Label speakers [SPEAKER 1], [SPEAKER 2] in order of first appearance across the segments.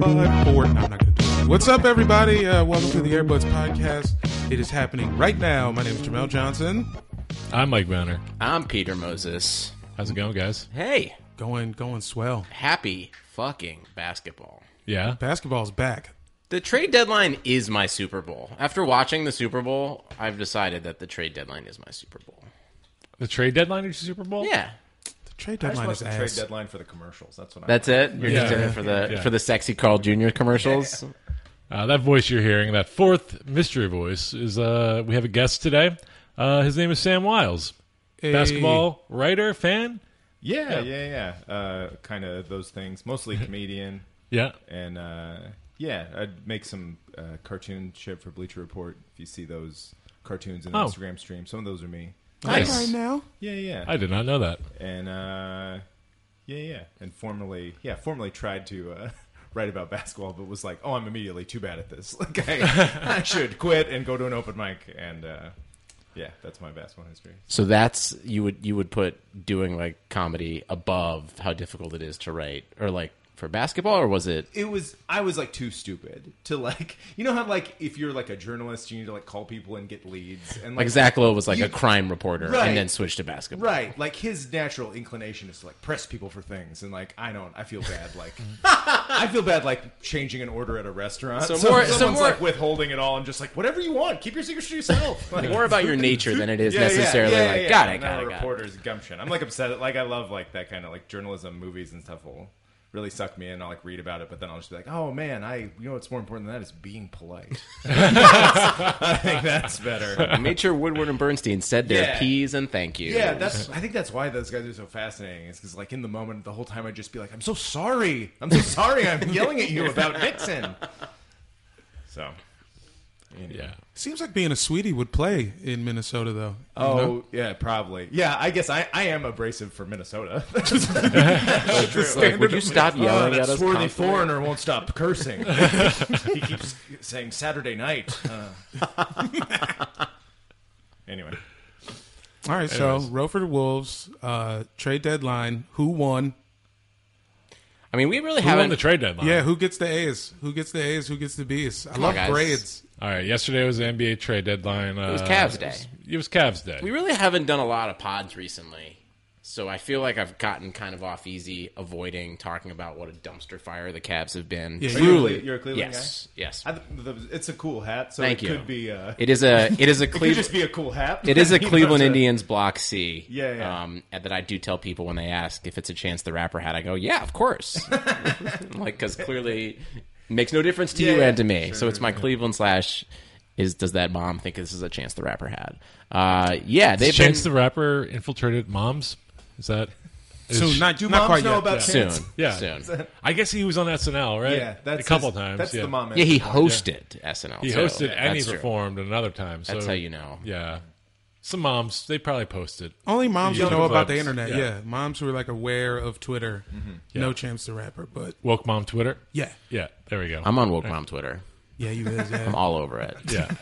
[SPEAKER 1] Five, four. I'm not gonna do it. What's up, everybody? Uh, welcome to the Airbuds Podcast. It is happening right now. My name is Jamel Johnson.
[SPEAKER 2] I'm Mike Banner.
[SPEAKER 3] I'm Peter Moses.
[SPEAKER 2] How's it going, guys?
[SPEAKER 3] Hey,
[SPEAKER 1] Going, going swell.
[SPEAKER 3] happy fucking basketball.
[SPEAKER 2] Yeah.
[SPEAKER 1] Basketball's back.
[SPEAKER 3] The trade deadline is my Super Bowl. After watching the Super Bowl, I've decided that the trade deadline is my Super Bowl.
[SPEAKER 2] The trade deadline is your Super Bowl?
[SPEAKER 3] Yeah.
[SPEAKER 1] The trade
[SPEAKER 4] I just
[SPEAKER 1] deadline
[SPEAKER 4] watched
[SPEAKER 1] is
[SPEAKER 4] the
[SPEAKER 1] ass.
[SPEAKER 4] trade deadline for the commercials. That's what I.
[SPEAKER 3] That's it. You're just
[SPEAKER 2] Yeah.
[SPEAKER 3] in it for the
[SPEAKER 2] Yeah.
[SPEAKER 3] for the sexy Carl Jr. commercials.
[SPEAKER 2] Uh, that voice you're hearing, that fourth mystery voice, is uh, we have a guest today. Uh, his name is Sam Wiles,
[SPEAKER 1] Hey.
[SPEAKER 2] basketball writer, fan.
[SPEAKER 4] Yeah, yeah, yeah. Uh, kind of those things. Mostly comedian,
[SPEAKER 2] Yeah.
[SPEAKER 4] and uh, yeah, I'd make some uh, cartoon shit for Bleacher Report. If you see those cartoons in the
[SPEAKER 2] Oh.
[SPEAKER 4] Instagram stream, some of those are me.
[SPEAKER 2] Nice.
[SPEAKER 1] now.
[SPEAKER 4] Yeah, yeah,
[SPEAKER 2] I did not know that.
[SPEAKER 4] and uh, yeah, yeah. And formerly, yeah, formerly tried to. Uh, Write about basketball, but was like, "Oh, I'm immediately too bad at this. Like, I, I should quit and go to an open mic." And uh, yeah, that's my basketball history.
[SPEAKER 3] So that's you would you would put doing like comedy above how difficult it is to write or like for basketball or was it
[SPEAKER 4] it was I was like too stupid to like you know how like if you're like a journalist you need to like call people and get leads and like
[SPEAKER 3] like Zach Lowe was like
[SPEAKER 4] You-
[SPEAKER 3] a crime reporter
[SPEAKER 4] Right.
[SPEAKER 3] and then switched to basketball.
[SPEAKER 4] right like his natural inclination is to like press people for things and like I don't I feel bad like I feel bad like changing an order at a restaurant
[SPEAKER 3] So
[SPEAKER 4] so,
[SPEAKER 3] more-
[SPEAKER 4] more,
[SPEAKER 3] so
[SPEAKER 4] someone's
[SPEAKER 3] more-
[SPEAKER 4] like withholding it all and just like whatever you want keep your secrets to yourself like,
[SPEAKER 3] More about your nature than it is necessarily like got it, got it, got it.
[SPEAKER 4] reporters gumption I'm like upset at, like I love like that kind of like journalism movies and stuff will really suck me in I'll like read about it but then I'll just be like oh man I you know what's more important than that is being polite I think that's better
[SPEAKER 3] Made sure Woodward and Bernstein said their
[SPEAKER 4] Yeah.
[SPEAKER 3] P's and thank you.
[SPEAKER 4] yeah that's I think that's why those guys are so fascinating is because like in the moment the whole time I'd just be like I'm so sorry I'm so sorry I'm yelling at you about Nixon so
[SPEAKER 2] Yeah.
[SPEAKER 1] Seems like being a sweetie would play in Minnesota though.
[SPEAKER 4] Oh yeah, probably. Yeah, I guess I, I am abrasive for Minnesota.
[SPEAKER 3] Like, would you stop yelling
[SPEAKER 4] Oh, that
[SPEAKER 3] at us?
[SPEAKER 4] swarthy
[SPEAKER 3] constantly?
[SPEAKER 4] foreigner won't stop cursing. he keeps saying Saturday night. Uh. anyway,
[SPEAKER 1] All right, so Rofer Wolves uh, trade deadline. Who won?
[SPEAKER 3] I mean, we really
[SPEAKER 2] Who won
[SPEAKER 3] haven't.
[SPEAKER 2] the trade deadline?
[SPEAKER 1] Yeah, who gets the A's? Who gets the A's? Who gets the B's? I love
[SPEAKER 3] guys.
[SPEAKER 1] grades.
[SPEAKER 2] All right. Yesterday was the NBA trade deadline. Uh, it
[SPEAKER 3] was Cavs Day.
[SPEAKER 2] It was, it was Cavs Day.
[SPEAKER 3] we really haven't done a lot of pods recently, so I feel like I've gotten kind of off easy, avoiding talking about what a dumpster fire the Cavs have been.
[SPEAKER 1] Yeah,
[SPEAKER 4] you're a
[SPEAKER 1] you,
[SPEAKER 4] Cle- you're a Cleveland
[SPEAKER 3] Yes, yes.
[SPEAKER 4] guy. I, th- th- it's a cool hat, so
[SPEAKER 3] Thank
[SPEAKER 4] it
[SPEAKER 3] you.
[SPEAKER 4] could be. Uh,
[SPEAKER 3] It is a it is a
[SPEAKER 4] it could
[SPEAKER 3] Cleveland
[SPEAKER 4] just be a cool hat.
[SPEAKER 3] it is a
[SPEAKER 4] You know,
[SPEAKER 3] Cleveland
[SPEAKER 4] it's a-
[SPEAKER 3] Indians block C.
[SPEAKER 4] Yeah, yeah.
[SPEAKER 3] Um, and that I do tell people when they ask if it's a chance the rapper had. I go, yeah, of course. like because clearly it makes no difference to
[SPEAKER 4] Yeah,
[SPEAKER 3] you
[SPEAKER 4] yeah,
[SPEAKER 3] and to me. so it's my Cleveland slash. Is does that mom think this is a chance the rapper had? Uh, yeah, they've
[SPEAKER 2] Is Chance
[SPEAKER 3] been
[SPEAKER 2] the Rapper infiltrated moms? Is that. is
[SPEAKER 1] So
[SPEAKER 2] she-
[SPEAKER 1] not,
[SPEAKER 4] Do
[SPEAKER 1] not
[SPEAKER 4] moms
[SPEAKER 1] quite
[SPEAKER 4] know
[SPEAKER 1] yet.
[SPEAKER 4] about
[SPEAKER 1] yeah.
[SPEAKER 4] Chance?
[SPEAKER 3] soon.
[SPEAKER 2] Yeah.
[SPEAKER 3] soon.
[SPEAKER 2] I guess he was on SNL, right?
[SPEAKER 4] Yeah, that's
[SPEAKER 2] a couple
[SPEAKER 4] his-
[SPEAKER 2] times.
[SPEAKER 4] That's
[SPEAKER 2] yeah.
[SPEAKER 4] the mom.
[SPEAKER 3] Yeah, he hosted SNL.
[SPEAKER 2] He
[SPEAKER 3] too.
[SPEAKER 2] hosted
[SPEAKER 3] Yeah,
[SPEAKER 2] and he
[SPEAKER 3] that's true.
[SPEAKER 2] performed another time. So
[SPEAKER 3] That's how you know.
[SPEAKER 2] Yeah. Some moms, they probably posted.
[SPEAKER 1] Only moms
[SPEAKER 2] Yeah.
[SPEAKER 1] who know about the
[SPEAKER 2] Clubs.
[SPEAKER 1] internet. Yeah.
[SPEAKER 2] Yeah.
[SPEAKER 1] moms who are like aware of Twitter.
[SPEAKER 4] Mm-hmm.
[SPEAKER 1] No chance to rapper, but
[SPEAKER 2] Woke mom Twitter.
[SPEAKER 1] yeah,
[SPEAKER 2] Yeah, there we go.
[SPEAKER 3] I'm on woke mom Twitter.
[SPEAKER 1] yeah, you is. Yeah.
[SPEAKER 3] I'm all over it.
[SPEAKER 2] yeah.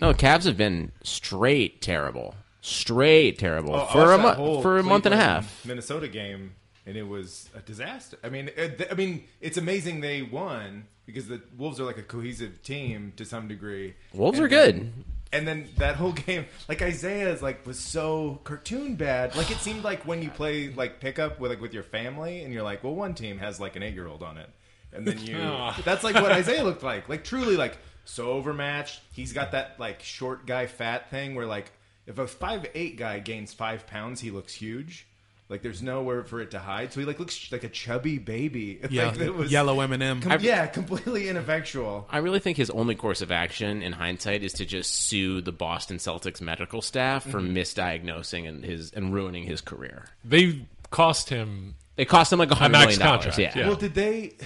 [SPEAKER 3] No, Cavs have been straight terrible, straight terrible
[SPEAKER 4] Oh, I
[SPEAKER 3] for a
[SPEAKER 4] watched that
[SPEAKER 3] month
[SPEAKER 4] whole
[SPEAKER 3] for a month and a
[SPEAKER 4] Cleveland,
[SPEAKER 3] half.
[SPEAKER 4] Minnesota game, and it was a disaster. I mean, it, th- I mean, it's amazing they won because the Wolves are like a cohesive team to some degree.
[SPEAKER 3] Wolves
[SPEAKER 4] And
[SPEAKER 3] are
[SPEAKER 4] then-
[SPEAKER 3] good.
[SPEAKER 4] And then that whole game, like Isaiah's, like was so cartoon bad. Like it seemed like when you play like pickup with like with your family, and you're like, well, one team has like an eight year old on it, and then you.
[SPEAKER 1] Ah.
[SPEAKER 2] Aw.
[SPEAKER 4] that's like what Isaiah looked like. Like truly, like so overmatched. He's got that like short guy fat thing where like if a five eight guy gains five pounds, he looks huge. Like there's nowhere for it to hide, so he like looks like a chubby baby.
[SPEAKER 1] Yeah,
[SPEAKER 4] like, that was-
[SPEAKER 1] yellow M&M.
[SPEAKER 4] Com- yeah, completely ineffectual.
[SPEAKER 3] I really think his only course of action in hindsight is to just sue the Boston Celtics medical staff for
[SPEAKER 2] Mm-hmm.
[SPEAKER 3] misdiagnosing and his and ruining his career.
[SPEAKER 2] They cost him.
[SPEAKER 3] It cost him like a hundred
[SPEAKER 2] max
[SPEAKER 3] million dollars.
[SPEAKER 2] contract,
[SPEAKER 3] Yeah.
[SPEAKER 2] yeah.
[SPEAKER 4] Well, did they?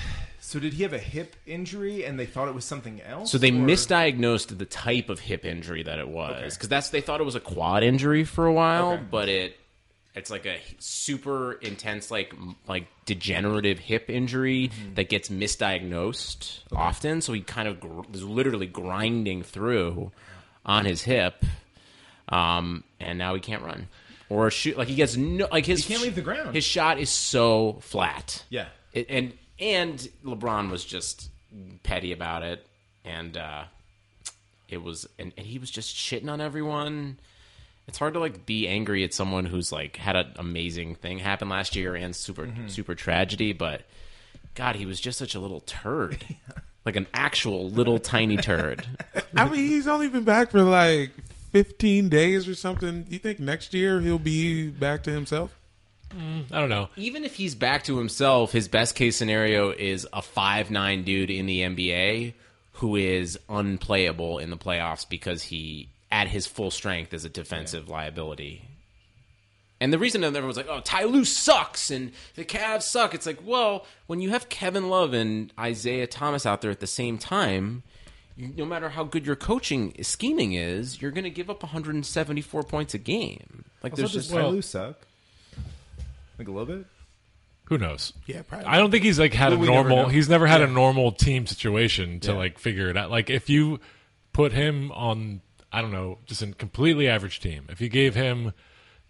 [SPEAKER 4] So did he have a hip injury, and they thought it was something else?
[SPEAKER 3] So they
[SPEAKER 4] or-
[SPEAKER 3] misdiagnosed the type of hip injury that it was because that's they thought it was a quad injury for a while, but it it's like a super intense like m- like degenerative hip injury
[SPEAKER 4] Mm-hmm.
[SPEAKER 3] that gets misdiagnosed often. So he kind of gr- is literally grinding through on his hip, um, and now he can't run or shoot. Like he gets no like his
[SPEAKER 4] He can't leave the ground.
[SPEAKER 3] His shot is so flat.
[SPEAKER 4] Yeah.
[SPEAKER 3] It, and and LeBron was just petty about it, and uh, it was and, and he was just shitting on everyone. It's hard to like be angry at someone who's like had an amazing thing happen last year and super super tragedy, but God, he was just such a little turd, like an actual little tiny turd.
[SPEAKER 1] I mean, he's only been back for like 15 days or something. You think next year he'll be back to himself?
[SPEAKER 2] I don't know.
[SPEAKER 3] Even if he's back to himself, his best case scenario is a five nine dude in the NBA who is unplayable in the playoffs because he, at his full strength, is a defensive liability. And the reason that everyone's like, "Oh, Ty Lue sucks," and the Cavs suck. It's like, well, when you have Kevin Love and Isaiah Thomas out there at the same time, you, no matter how good your coaching scheming is, you're going to give up 174 points a game. Like,
[SPEAKER 4] Also,
[SPEAKER 3] there's
[SPEAKER 4] does
[SPEAKER 3] just
[SPEAKER 4] Ty
[SPEAKER 2] well-
[SPEAKER 4] Lue suck? Like a little bit.
[SPEAKER 2] Who knows?
[SPEAKER 1] Yeah, probably.
[SPEAKER 2] I don't think he's like had
[SPEAKER 4] Well,
[SPEAKER 2] a
[SPEAKER 4] we never
[SPEAKER 2] normal.
[SPEAKER 4] know.
[SPEAKER 2] he's never had a normal team situation to
[SPEAKER 4] Yeah.
[SPEAKER 2] like figure it out. Like if you put him on, I don't know, just a completely average team. If you gave him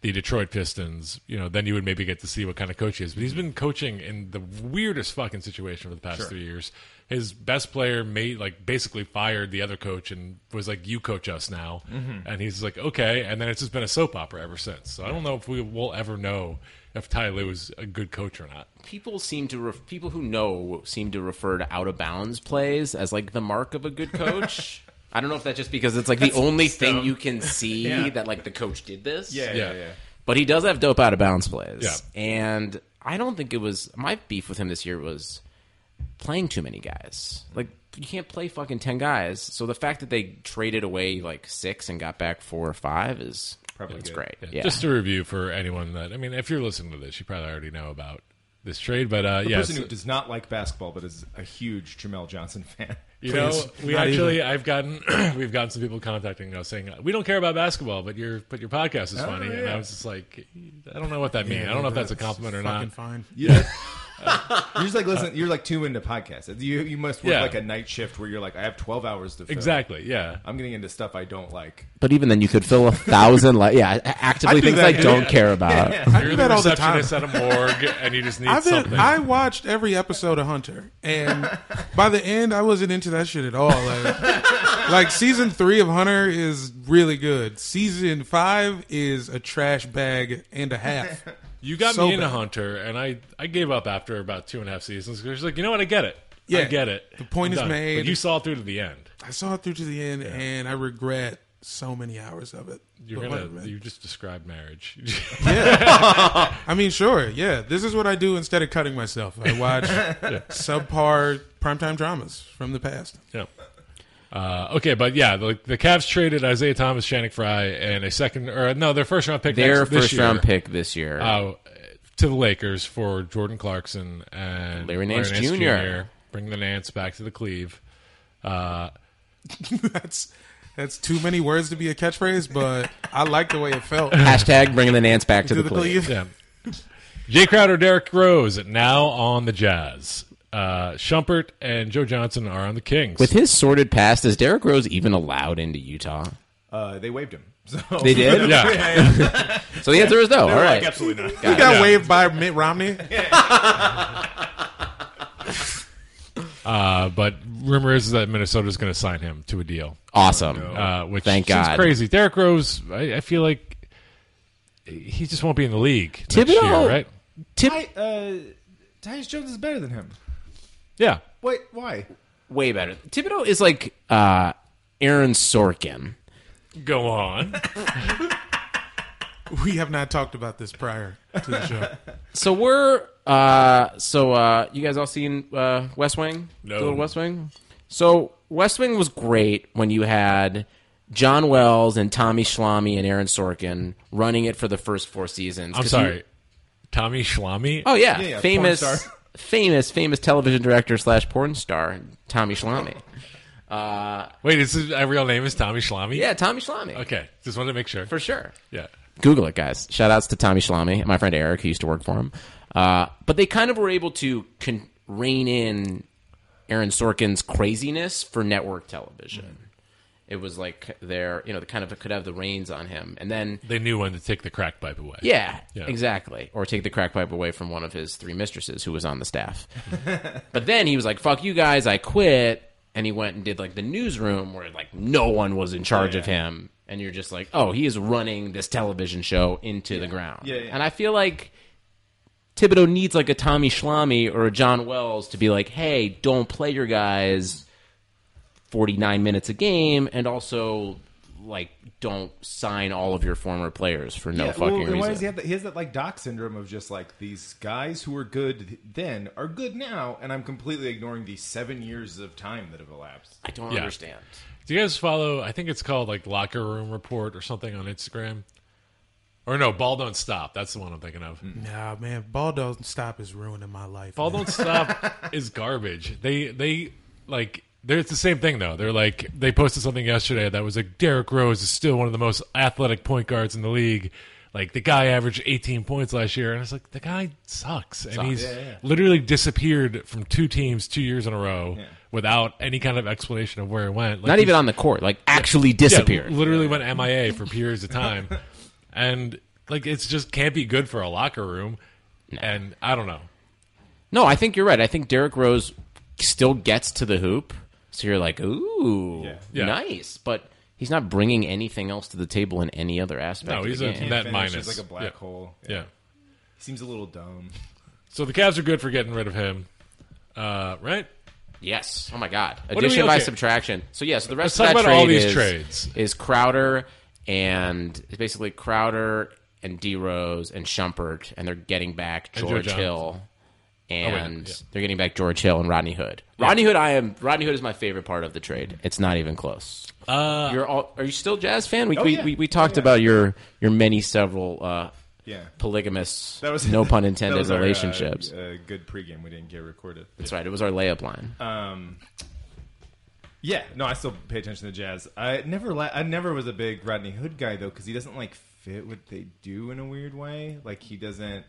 [SPEAKER 2] the Detroit Pistons, you know, then you would maybe get to see what kind of coach he is. But he's been coaching in the weirdest fucking situation for the past three years. His best player made like basically fired the other coach and was like, "You coach us now," and he's like, "Okay." And then it's just been a soap opera ever since. So I don't know if we will ever know if Ty Lue is a good coach or not.
[SPEAKER 3] people seem to ref- people who know seem to refer to out of bounds plays as like the mark of a good coach. I don't know if that's just because it's like the only thing you can see that like the coach did this.
[SPEAKER 2] Yeah.
[SPEAKER 3] But he does have dope out of bounds plays.
[SPEAKER 2] Yeah.
[SPEAKER 3] And I don't think it was my beef with him this year was playing too many guys. Like you can't play fucking 10 guys. So the fact that they traded away like 6 and got back 4 or 5 is probably it's
[SPEAKER 4] good.
[SPEAKER 3] great. Yeah.
[SPEAKER 2] Just a review for anyone that I mean, if you're listening to this, you probably already know about this trade. But uh,
[SPEAKER 4] The
[SPEAKER 2] yeah,
[SPEAKER 4] person
[SPEAKER 2] so-
[SPEAKER 4] who does not like basketball but is a huge Jamel Johnson fan.
[SPEAKER 2] you know,
[SPEAKER 4] Please.
[SPEAKER 2] we
[SPEAKER 1] not
[SPEAKER 2] actually I've gotten we've gotten some people contacting us saying we don't care about basketball, but your but your podcast
[SPEAKER 1] Oh,
[SPEAKER 2] is funny, and I
[SPEAKER 4] yeah.
[SPEAKER 2] was just like, I don't know what that means. I don't know if that's a compliment or
[SPEAKER 1] fucking
[SPEAKER 2] not.
[SPEAKER 1] Fine.
[SPEAKER 4] You're just like listen. You're like too into podcasts. You you must work
[SPEAKER 2] Yeah.
[SPEAKER 4] like a night shift where you're like I have 12 hours to fill.
[SPEAKER 2] Exactly. Yeah.
[SPEAKER 4] I'm getting into stuff I don't like.
[SPEAKER 3] But even then you could fill a thousand like yeah, actively
[SPEAKER 1] I do
[SPEAKER 3] things
[SPEAKER 1] that,
[SPEAKER 3] I
[SPEAKER 1] yeah.
[SPEAKER 3] don't care about.
[SPEAKER 1] I do
[SPEAKER 2] You're the
[SPEAKER 1] that all the time.
[SPEAKER 2] receptionist at a morgue, and you just need
[SPEAKER 1] I've been,
[SPEAKER 2] something.
[SPEAKER 1] I watched every episode of Hunter, and by the end, I wasn't into that shit at all. Like, like season three of Hunter is really good. Season five is a trash bag and a half.
[SPEAKER 2] you got
[SPEAKER 1] so
[SPEAKER 2] me into
[SPEAKER 1] bad.
[SPEAKER 2] Hunter, and I I gave up after about two and a half seasons because like, you know what, I get it. I
[SPEAKER 1] Yeah.
[SPEAKER 2] get it.
[SPEAKER 1] The point
[SPEAKER 2] I'm
[SPEAKER 1] is
[SPEAKER 2] done."
[SPEAKER 1] made.
[SPEAKER 2] But you saw through to the end.
[SPEAKER 1] I saw it through to the end, and I regret so many hours of it.
[SPEAKER 2] You're
[SPEAKER 1] But
[SPEAKER 2] gonna.
[SPEAKER 1] whatever, man.
[SPEAKER 2] you just described marriage.
[SPEAKER 1] I mean, sure, yeah. This is what I do instead of cutting myself. I watch subpar primetime dramas from the past.
[SPEAKER 2] yeah. Uh, okay, but yeah, the, the Cavs traded Isaiah Thomas, Shannon Fry, and a second or no, their first round pick.
[SPEAKER 3] Their
[SPEAKER 2] next, this
[SPEAKER 3] first
[SPEAKER 2] year,
[SPEAKER 3] round pick this year.
[SPEAKER 2] uh, to the Lakers for Jordan Clarkson and
[SPEAKER 3] Larry Nance Jr..
[SPEAKER 2] Bring the Nance back to the Cleve.
[SPEAKER 1] That's that's too many words to be a catchphrase, but I like the way it felt.
[SPEAKER 3] Hashtag bringing the Nance back
[SPEAKER 1] To
[SPEAKER 3] to, the,
[SPEAKER 1] the
[SPEAKER 3] plate.
[SPEAKER 1] Cleveland-
[SPEAKER 2] Yeah. Jay Crowder, Derek Rose now on the Jazz. Uh, Shumpert and Joe Johnson are on the Kings.
[SPEAKER 3] With his sordid past, is Derrick Rose even allowed into Utah?
[SPEAKER 4] Uh, they waived him. So
[SPEAKER 3] They did?
[SPEAKER 2] yeah.
[SPEAKER 3] So the answer is no. All right.
[SPEAKER 4] absolutely not.
[SPEAKER 1] We got waived by Mitt Romney.
[SPEAKER 2] Uh, but rumor is that Minnesota's going to sign him to a deal,
[SPEAKER 3] Awesome.
[SPEAKER 2] uh, which
[SPEAKER 3] Thank
[SPEAKER 2] seems
[SPEAKER 3] God.
[SPEAKER 2] crazy. Derrick Rose, I, I feel like he just won't be in the league next
[SPEAKER 3] Thibodeau-
[SPEAKER 2] year, right?
[SPEAKER 4] Ty, uh, Tyus Jones is better than him.
[SPEAKER 2] Yeah,
[SPEAKER 4] Wait, why?
[SPEAKER 3] Way better. Thibodeau is like uh, Aaron Sorkin.
[SPEAKER 2] go on.
[SPEAKER 1] We have not talked about this prior to the show.
[SPEAKER 3] So we're uh, so uh, you guys all seen uh, West Wing?
[SPEAKER 2] No.
[SPEAKER 3] The little West Wing. So West Wing was great when you had John Wells and Tommy Schlamme and Aaron Sorkin running it for the first four seasons.
[SPEAKER 2] I'm
[SPEAKER 3] 'Cause
[SPEAKER 2] sorry,
[SPEAKER 3] you-
[SPEAKER 2] Tommy Schlamme.
[SPEAKER 3] oh yeah,
[SPEAKER 4] yeah, porn
[SPEAKER 3] famous,
[SPEAKER 4] star.
[SPEAKER 3] famous, famous television director slash porn star Tommy Schlamme.
[SPEAKER 2] Wait, is his real name is Tommy Schlamme?
[SPEAKER 3] Yeah, Tommy Schlamme
[SPEAKER 2] Okay, just wanted to make sure.
[SPEAKER 3] for sure.
[SPEAKER 2] yeah.
[SPEAKER 3] Google it, guys. Shout outs to Tommy Schlamme, my friend Eric, who used to work for him. Uh, but they kind of were able to con- rein in Aaron Sorkin's craziness for network television. It was like they're, you know, they kind of could have the reins on him. And then,
[SPEAKER 2] They knew when to take the crack pipe away.
[SPEAKER 3] yeah,
[SPEAKER 2] Yeah.
[SPEAKER 3] exactly. Or take the crack pipe away from one of his three mistresses who was on the staff. but then he was like, fuck you guys, I quit. And he went and did like the newsroom where like no one was in charge of him. And you're just like, oh, he is running this television show into the ground.
[SPEAKER 4] Yeah, yeah.
[SPEAKER 3] And I feel like Thibodeau needs like a Tommy Schlamme or a John Wells to be like, hey, don't play your guys 49 minutes a game. And also, like, don't sign all of your former players for no
[SPEAKER 4] Yeah,
[SPEAKER 3] fucking
[SPEAKER 4] well,
[SPEAKER 3] reason.
[SPEAKER 4] and why does he have that? He has that like Doc syndrome of just like these guys who were good then are good now, and I'm completely ignoring the seven years of time that have elapsed.
[SPEAKER 3] I don't
[SPEAKER 2] Yeah.
[SPEAKER 3] understand.
[SPEAKER 2] Do you guys follow? I think it's called like Locker Room Report or something on Instagram. Or no, Ball Don't Stop. That's the one I'm thinking of.
[SPEAKER 1] Nah, man, ball don't stop is ruining my life.
[SPEAKER 2] Ball
[SPEAKER 1] man.
[SPEAKER 2] Don't Stop is garbage. They they like they're, it's the same thing though. They're like they posted something yesterday that was like Derrick Rose is still one of the most athletic point guards in the league. Like the guy averaged 18 points last year, and it's like the guy sucks, and he's literally disappeared from two teams two years in a row without any kind of explanation of where he went. Like,
[SPEAKER 3] Not
[SPEAKER 2] he's-
[SPEAKER 3] even on the court, like, actually
[SPEAKER 2] Yeah,
[SPEAKER 3] disappeared.
[SPEAKER 2] literally went MIA for periods of time, and like it's just can't be good for a locker room. And I don't know.
[SPEAKER 3] No, I think you're right. I think Derrick Rose still gets to the hoop, so you're like, ooh,
[SPEAKER 2] Yeah.
[SPEAKER 3] nice. But he's not bringing anything else to the table in any other aspect.
[SPEAKER 2] No,
[SPEAKER 3] of
[SPEAKER 2] he's
[SPEAKER 3] the
[SPEAKER 2] a
[SPEAKER 3] game.
[SPEAKER 2] net
[SPEAKER 4] Finish
[SPEAKER 2] minus.
[SPEAKER 4] is like a black
[SPEAKER 2] yeah.
[SPEAKER 4] hole.
[SPEAKER 2] Yeah.
[SPEAKER 4] Seems a little dumb.
[SPEAKER 2] So the Cavs are good for getting rid of him, uh, right?
[SPEAKER 3] yes. Oh my God,
[SPEAKER 2] do we-
[SPEAKER 3] addition by
[SPEAKER 2] okay.
[SPEAKER 3] subtraction. So yes, the rest
[SPEAKER 2] Let's
[SPEAKER 3] of
[SPEAKER 2] talk about
[SPEAKER 3] that trade
[SPEAKER 2] all these
[SPEAKER 3] is,
[SPEAKER 2] trades.
[SPEAKER 3] is Crowder and it's basically Crowder and D Rose and Shumpert, and they're getting back
[SPEAKER 2] Joe
[SPEAKER 3] George
[SPEAKER 2] Johnson.
[SPEAKER 3] Hill. And
[SPEAKER 4] Oh,
[SPEAKER 2] yeah.
[SPEAKER 3] they're getting back George Hill and Rodney Hood. Rodney Hood, I am. Rodney Hood is my favorite part of the trade. It's not even close.
[SPEAKER 2] Uh,
[SPEAKER 3] You're all, are you still jazz fan? We,
[SPEAKER 4] Oh,
[SPEAKER 3] we,
[SPEAKER 4] yeah.
[SPEAKER 3] we, we talked about your your many several uh,
[SPEAKER 4] Yeah.
[SPEAKER 3] polygamous
[SPEAKER 4] That was
[SPEAKER 3] no pun
[SPEAKER 4] that
[SPEAKER 3] intended
[SPEAKER 4] was our, uh,
[SPEAKER 3] relationships.
[SPEAKER 4] uh, good pregame we didn't get recorded.
[SPEAKER 3] That's right. It was our layup line.
[SPEAKER 4] Um, yeah, no, I still pay attention to jazz. I never, la- I never was a big Rodney Hood guy though, because he doesn't like fit what they do in a weird way. Like he doesn't.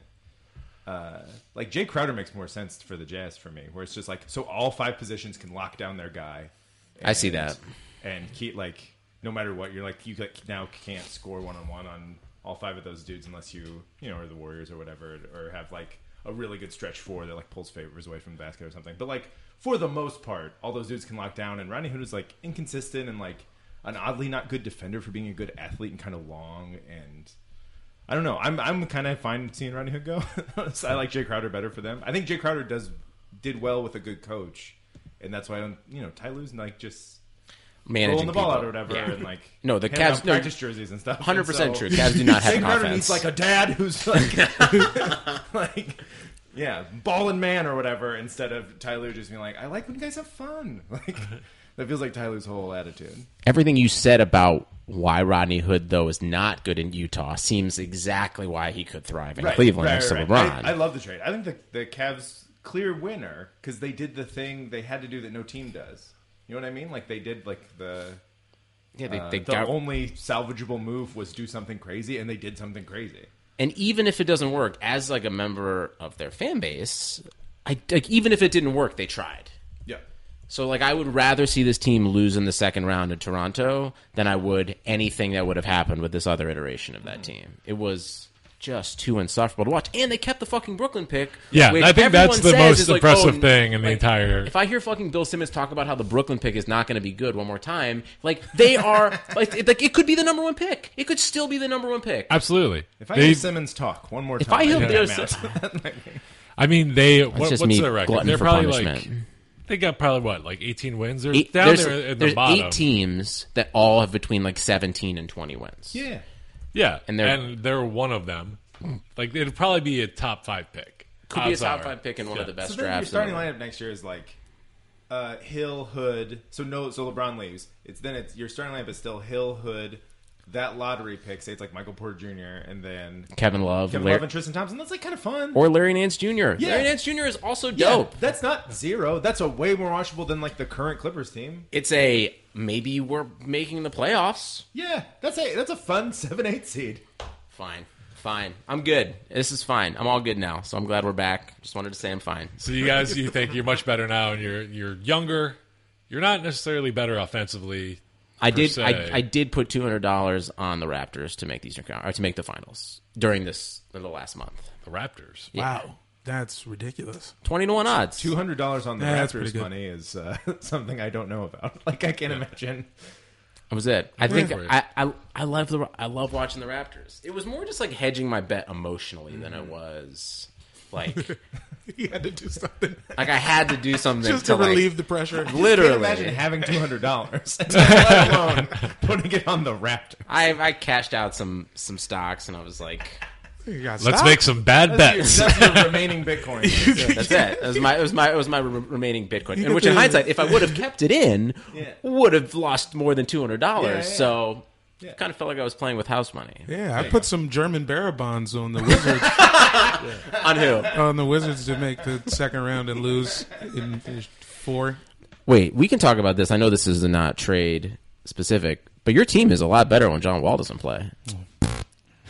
[SPEAKER 4] Uh, like Jay Crowder makes more sense for the Jazz for me, where it's just like so all five positions can lock down their guy.
[SPEAKER 3] I see
[SPEAKER 4] and-
[SPEAKER 3] that.
[SPEAKER 4] and keep like no matter what you're like you like, now can't score one on one on all five of those dudes unless you you know are the Warriors or whatever or have like a really good stretch four that like pulls favors away from the basket or something. But like for the most part, all those dudes can lock down. And Rodney Hood is like inconsistent and like an oddly not good defender for being a good athlete and kind of long and. I don't know. I'm I'm kind of fine seeing Rodney Hood go. So I like Jay Crowder better for them. I think Jay Crowder does did well with a good coach, and that's why I don't. You know, Ty Lue's like just
[SPEAKER 3] Managing
[SPEAKER 4] rolling the ball
[SPEAKER 3] people.
[SPEAKER 4] out or whatever,
[SPEAKER 3] Yeah.
[SPEAKER 4] and like
[SPEAKER 3] No, the
[SPEAKER 4] handing out
[SPEAKER 3] Cavs- no,
[SPEAKER 4] practice jerseys and stuff.
[SPEAKER 3] 100%
[SPEAKER 4] And
[SPEAKER 3] true. Cavs do not have
[SPEAKER 4] Jay
[SPEAKER 3] an
[SPEAKER 4] Crowder
[SPEAKER 3] offense.
[SPEAKER 4] needs like a dad who's like, like, yeah, ball and man or whatever, instead of Tyler just being like, I like when you guys have fun. Like that feels like Tyler's whole attitude.
[SPEAKER 3] Everything you said about why Rodney Hood though is not good in Utah seems exactly why he could thrive in Cleveland
[SPEAKER 4] right,
[SPEAKER 3] next
[SPEAKER 4] right,
[SPEAKER 3] to
[SPEAKER 4] right.
[SPEAKER 3] LeBron.
[SPEAKER 4] I, I love the trade. I think the the Cavs clear winner because they did the thing they had to do that no team does. You know what I mean? Like they did like the
[SPEAKER 3] yeah, they,
[SPEAKER 4] uh,
[SPEAKER 3] they
[SPEAKER 4] the
[SPEAKER 3] got,
[SPEAKER 4] only salvageable move was do something crazy, and they did something crazy.
[SPEAKER 3] and even if it doesn't work, as like a member of their fan base, I like even if it didn't work, they tried.
[SPEAKER 4] Yeah.
[SPEAKER 3] So like I would rather see this team lose in the second round in Toronto than I would anything that would have happened with this other iteration of
[SPEAKER 2] Mm-hmm.
[SPEAKER 3] that team. It was just too insufferable to watch, and they kept the fucking Brooklyn pick.
[SPEAKER 2] Yeah,
[SPEAKER 3] which
[SPEAKER 2] I think that's
[SPEAKER 3] everyone
[SPEAKER 2] the
[SPEAKER 3] says
[SPEAKER 2] most
[SPEAKER 3] is like,
[SPEAKER 2] impressive
[SPEAKER 3] oh,
[SPEAKER 2] thing in the
[SPEAKER 3] like,
[SPEAKER 2] entire-
[SPEAKER 3] If I hear fucking Bill Simmons talk about how the Brooklyn pick is not going to be good one more time, like they are, like it, like it could be the number one pick. It could still be the number one pick.
[SPEAKER 2] Absolutely.
[SPEAKER 4] If I
[SPEAKER 2] They-
[SPEAKER 4] hear Simmons talk one more
[SPEAKER 3] If
[SPEAKER 4] time,
[SPEAKER 3] I hear
[SPEAKER 4] get
[SPEAKER 3] Bill
[SPEAKER 4] mad.
[SPEAKER 2] I mean, they. What,
[SPEAKER 3] just
[SPEAKER 2] what's
[SPEAKER 3] me
[SPEAKER 2] their record?
[SPEAKER 3] glutton
[SPEAKER 2] They're
[SPEAKER 3] for
[SPEAKER 2] probably like.
[SPEAKER 3] punishment.
[SPEAKER 2] They got probably what, like 18 wins? They're
[SPEAKER 3] Eight-
[SPEAKER 2] down
[SPEAKER 3] there's
[SPEAKER 2] there at the
[SPEAKER 3] there's
[SPEAKER 2] bottom.
[SPEAKER 3] eight teams that all have between like seventeen and twenty wins.
[SPEAKER 4] yeah.
[SPEAKER 2] Yeah, and
[SPEAKER 3] And they're-
[SPEAKER 2] they're one of them. Like it'd probably be a top five pick.
[SPEAKER 3] Could be a
[SPEAKER 2] Odds
[SPEAKER 3] top
[SPEAKER 2] are.
[SPEAKER 3] five pick in one of the best
[SPEAKER 4] So then your
[SPEAKER 3] drafts. in
[SPEAKER 4] starting
[SPEAKER 3] the-
[SPEAKER 4] lineup next year is like uh, Hill Hood. So no, so LeBron leaves. It's then it's your starting lineup is still Hill Hood. That lottery pick, say it's like Michael Porter Jr. and then
[SPEAKER 3] Kevin Love,
[SPEAKER 4] Kevin
[SPEAKER 3] Lar-
[SPEAKER 4] Love and Tristan Thompson. That's like kind of fun.
[SPEAKER 3] or Larry Nance Jr.
[SPEAKER 4] Yeah.
[SPEAKER 3] Larry Nance Jr. is also
[SPEAKER 4] Yeah,
[SPEAKER 3] dope.
[SPEAKER 4] that's not zero. That's a way more watchable than like the current Clippers team.
[SPEAKER 3] It's a maybe we're making the playoffs.
[SPEAKER 4] Yeah, that's a that's a fun seven eight seed.
[SPEAKER 3] Fine, fine. I'm good. This is fine. I'm all good now. So I'm glad we're back. Just wanted to say I'm fine.
[SPEAKER 2] So you guys, you think you're much better now, and you're you're younger. You're not necessarily better offensively.
[SPEAKER 3] I
[SPEAKER 2] per
[SPEAKER 3] did.
[SPEAKER 2] se.
[SPEAKER 3] I, I did put two hundred dollars on the Raptors to make these or to make the finals during this the last month.
[SPEAKER 2] The Raptors.
[SPEAKER 1] Wow, that's ridiculous.
[SPEAKER 3] Twenty to one odds.
[SPEAKER 4] Two hundred dollars on the
[SPEAKER 1] Yeah, that's pretty
[SPEAKER 4] Raptors
[SPEAKER 1] good.
[SPEAKER 4] money is uh, something I don't know about. Like I can't imagine.
[SPEAKER 3] That was it. I think
[SPEAKER 2] for you.
[SPEAKER 3] I, I I love the I love watching the Raptors. It was more just like hedging my bet emotionally than
[SPEAKER 4] Mm.
[SPEAKER 3] it was like
[SPEAKER 1] He had to do something
[SPEAKER 3] like I had to do something
[SPEAKER 1] just to
[SPEAKER 3] like,
[SPEAKER 1] relieve the pressure.
[SPEAKER 4] Can't
[SPEAKER 3] Literally,
[SPEAKER 4] imagine having two hundred dollars, let alone putting it on the Raptors.
[SPEAKER 3] I I cashed out some some stocks and I was like,
[SPEAKER 1] You got
[SPEAKER 2] Let's
[SPEAKER 1] stopped.
[SPEAKER 2] make some bad bets.
[SPEAKER 4] That's your, that's your remaining Bitcoin.
[SPEAKER 3] that's it. That was my it was my it was my re- remaining Bitcoin. And
[SPEAKER 1] get
[SPEAKER 3] which in
[SPEAKER 1] the-
[SPEAKER 3] hindsight, if I would have kept it in,
[SPEAKER 4] Yeah.
[SPEAKER 3] would have lost more than two hundred dollars.
[SPEAKER 4] Yeah, yeah,
[SPEAKER 3] So. it Kind of felt like I was playing with house money.
[SPEAKER 1] Yeah, I put some German barabons on the Wizards
[SPEAKER 3] On who?
[SPEAKER 1] on Uh, the Wizards to make the second round and lose in four.
[SPEAKER 3] Wait, we can talk about this. I know this is not trade specific, but your team is a lot better when John Wall doesn't play.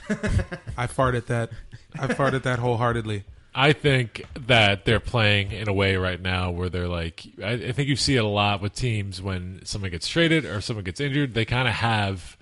[SPEAKER 1] I farted that. I farted that wholeheartedly.
[SPEAKER 2] I think that they're playing in a way right now where they're like, I, I think you see it a lot with teams when someone gets traded or someone gets injured. They kind of have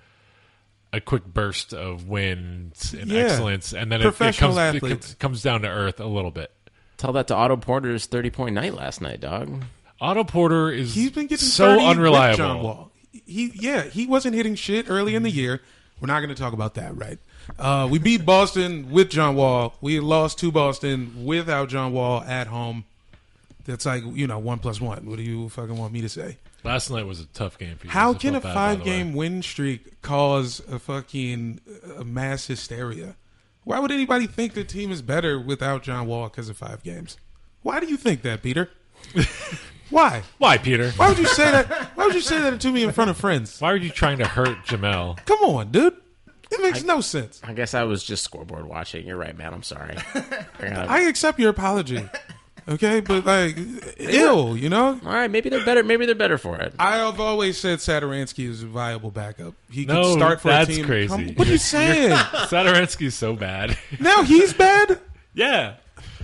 [SPEAKER 2] a quick burst of wins and
[SPEAKER 1] Yeah.
[SPEAKER 2] excellence, and then it- it,
[SPEAKER 1] Professional
[SPEAKER 2] comes, it
[SPEAKER 1] athletes.
[SPEAKER 2] comes comes down to earth a little bit.
[SPEAKER 3] Tell that to Otto Porter's thirty point night last night, dog.
[SPEAKER 2] Otto Porter is
[SPEAKER 1] He's been getting
[SPEAKER 2] so
[SPEAKER 1] 30 with
[SPEAKER 2] unreliable.
[SPEAKER 1] John Wall. He yeah, he wasn't hitting shit early in the year. We're not going to talk about that, right? Uh, we beat Boston with John Wall. We lost to Boston without John Wall at home. That's like you know one plus one. What do you fucking want me to say?
[SPEAKER 2] Last night was a tough game for you.
[SPEAKER 1] How
[SPEAKER 2] guys. I
[SPEAKER 1] can a
[SPEAKER 2] felt bad, by the
[SPEAKER 1] five game win streak cause a fucking uh, mass hysteria? Why would anybody think the team is better without John Wall because of five games? Why do you think that, Peter? Why?
[SPEAKER 2] way. Why, Peter?
[SPEAKER 1] Why would you say that? Why would you say that to me in front of friends?
[SPEAKER 2] Why are you trying to hurt Jamel?
[SPEAKER 1] Come on, dude. It makes no sense.
[SPEAKER 3] I guess I was just scoreboard watching. You're right, man. I'm sorry. I gotta-
[SPEAKER 1] I accept your apology, okay? But like, ill, you know.
[SPEAKER 3] all right, maybe they're better. Maybe they're better for it.
[SPEAKER 1] I have always said Saturansky is a viable backup. He could
[SPEAKER 2] No,
[SPEAKER 1] start for
[SPEAKER 2] that's
[SPEAKER 1] a team.
[SPEAKER 2] crazy.
[SPEAKER 1] Come- what are you saying?
[SPEAKER 2] Saturansky's so bad.
[SPEAKER 1] now he's bad.
[SPEAKER 2] Yeah,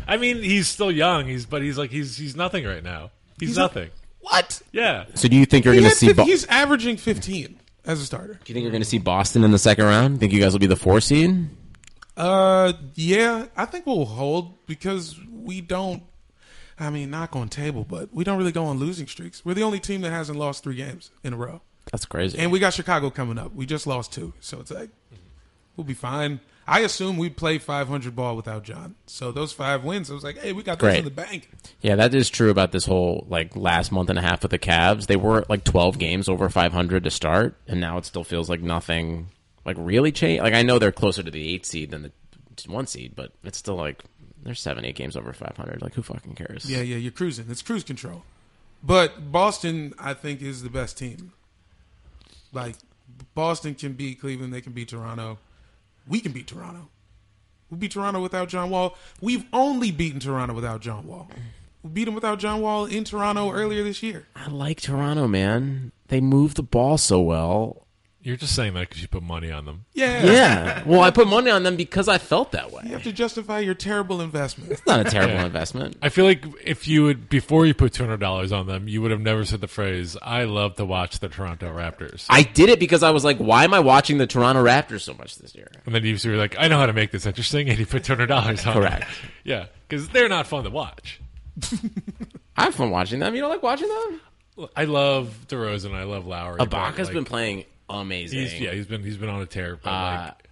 [SPEAKER 2] I mean he's still young. He's but he's like he's he's nothing right now. He's, nothing.
[SPEAKER 1] What?
[SPEAKER 2] yeah,
[SPEAKER 3] So, do you think you're
[SPEAKER 1] He
[SPEAKER 3] going to
[SPEAKER 1] had
[SPEAKER 3] see?
[SPEAKER 1] 50
[SPEAKER 3] Bo- do
[SPEAKER 1] he's averaging 15 as a starter.
[SPEAKER 3] you think you're going to see Boston in the second round? Think you guys will be the four seed?
[SPEAKER 1] Uh, yeah, I think we'll hold because we don't. I mean, knock on table, but we don't really go on losing streaks. We're the only team that hasn't lost three games in a row,
[SPEAKER 3] That's crazy.
[SPEAKER 1] and we got Chicago coming up. We just lost two, so it's like we'll be fine. I assume we play 500 ball without John. So those five wins, I was like, hey, we got those
[SPEAKER 3] Great.
[SPEAKER 1] in the bank.
[SPEAKER 3] yeah, that is true about this whole like last month and a half with the Cavs. They were like 12 games over 500 to start, and now it still feels like nothing. Like really changed. Like I know they're closer to the eight seed than the one seed, but it's still like they're seven, eight games over 500. Like who fucking cares?
[SPEAKER 1] Yeah, yeah, you're cruising. It's cruise control. But Boston, I think, is the best team. Like Boston can beat Cleveland, they can beat Toronto. We can beat Toronto. We beat Toronto without John Wall. We've only beaten Toronto without John Wall. We beat him without John Wall in Toronto earlier this year.
[SPEAKER 3] I like Toronto, man. They move the ball so well.
[SPEAKER 2] you're just saying that because you put money on them.
[SPEAKER 1] Yeah.
[SPEAKER 3] Yeah. well, I put money on them because I felt that way.
[SPEAKER 1] You have to justify your terrible investment.
[SPEAKER 3] It's not a terrible
[SPEAKER 2] Yeah.
[SPEAKER 3] investment.
[SPEAKER 2] I feel like if you would before you put two hundred dollars on them, you would have never said the phrase "I love to watch the Toronto Raptors,"
[SPEAKER 3] I did it because I was like, why am I watching the Toronto Raptors so much this year?
[SPEAKER 2] and then you were like, "I know how to make this interesting," and you put two hundred dollars on.
[SPEAKER 3] Correct.
[SPEAKER 2] Them. Yeah, because they're not fun to watch.
[SPEAKER 3] I have fun watching them. You don't like watching them?
[SPEAKER 2] I love DeRozan. I love Lowry. but,
[SPEAKER 3] Ibaka's
[SPEAKER 2] like,
[SPEAKER 3] been playing amazing.
[SPEAKER 2] He's, yeah, he's been he's been on a tear. But
[SPEAKER 3] Uh,
[SPEAKER 2] like,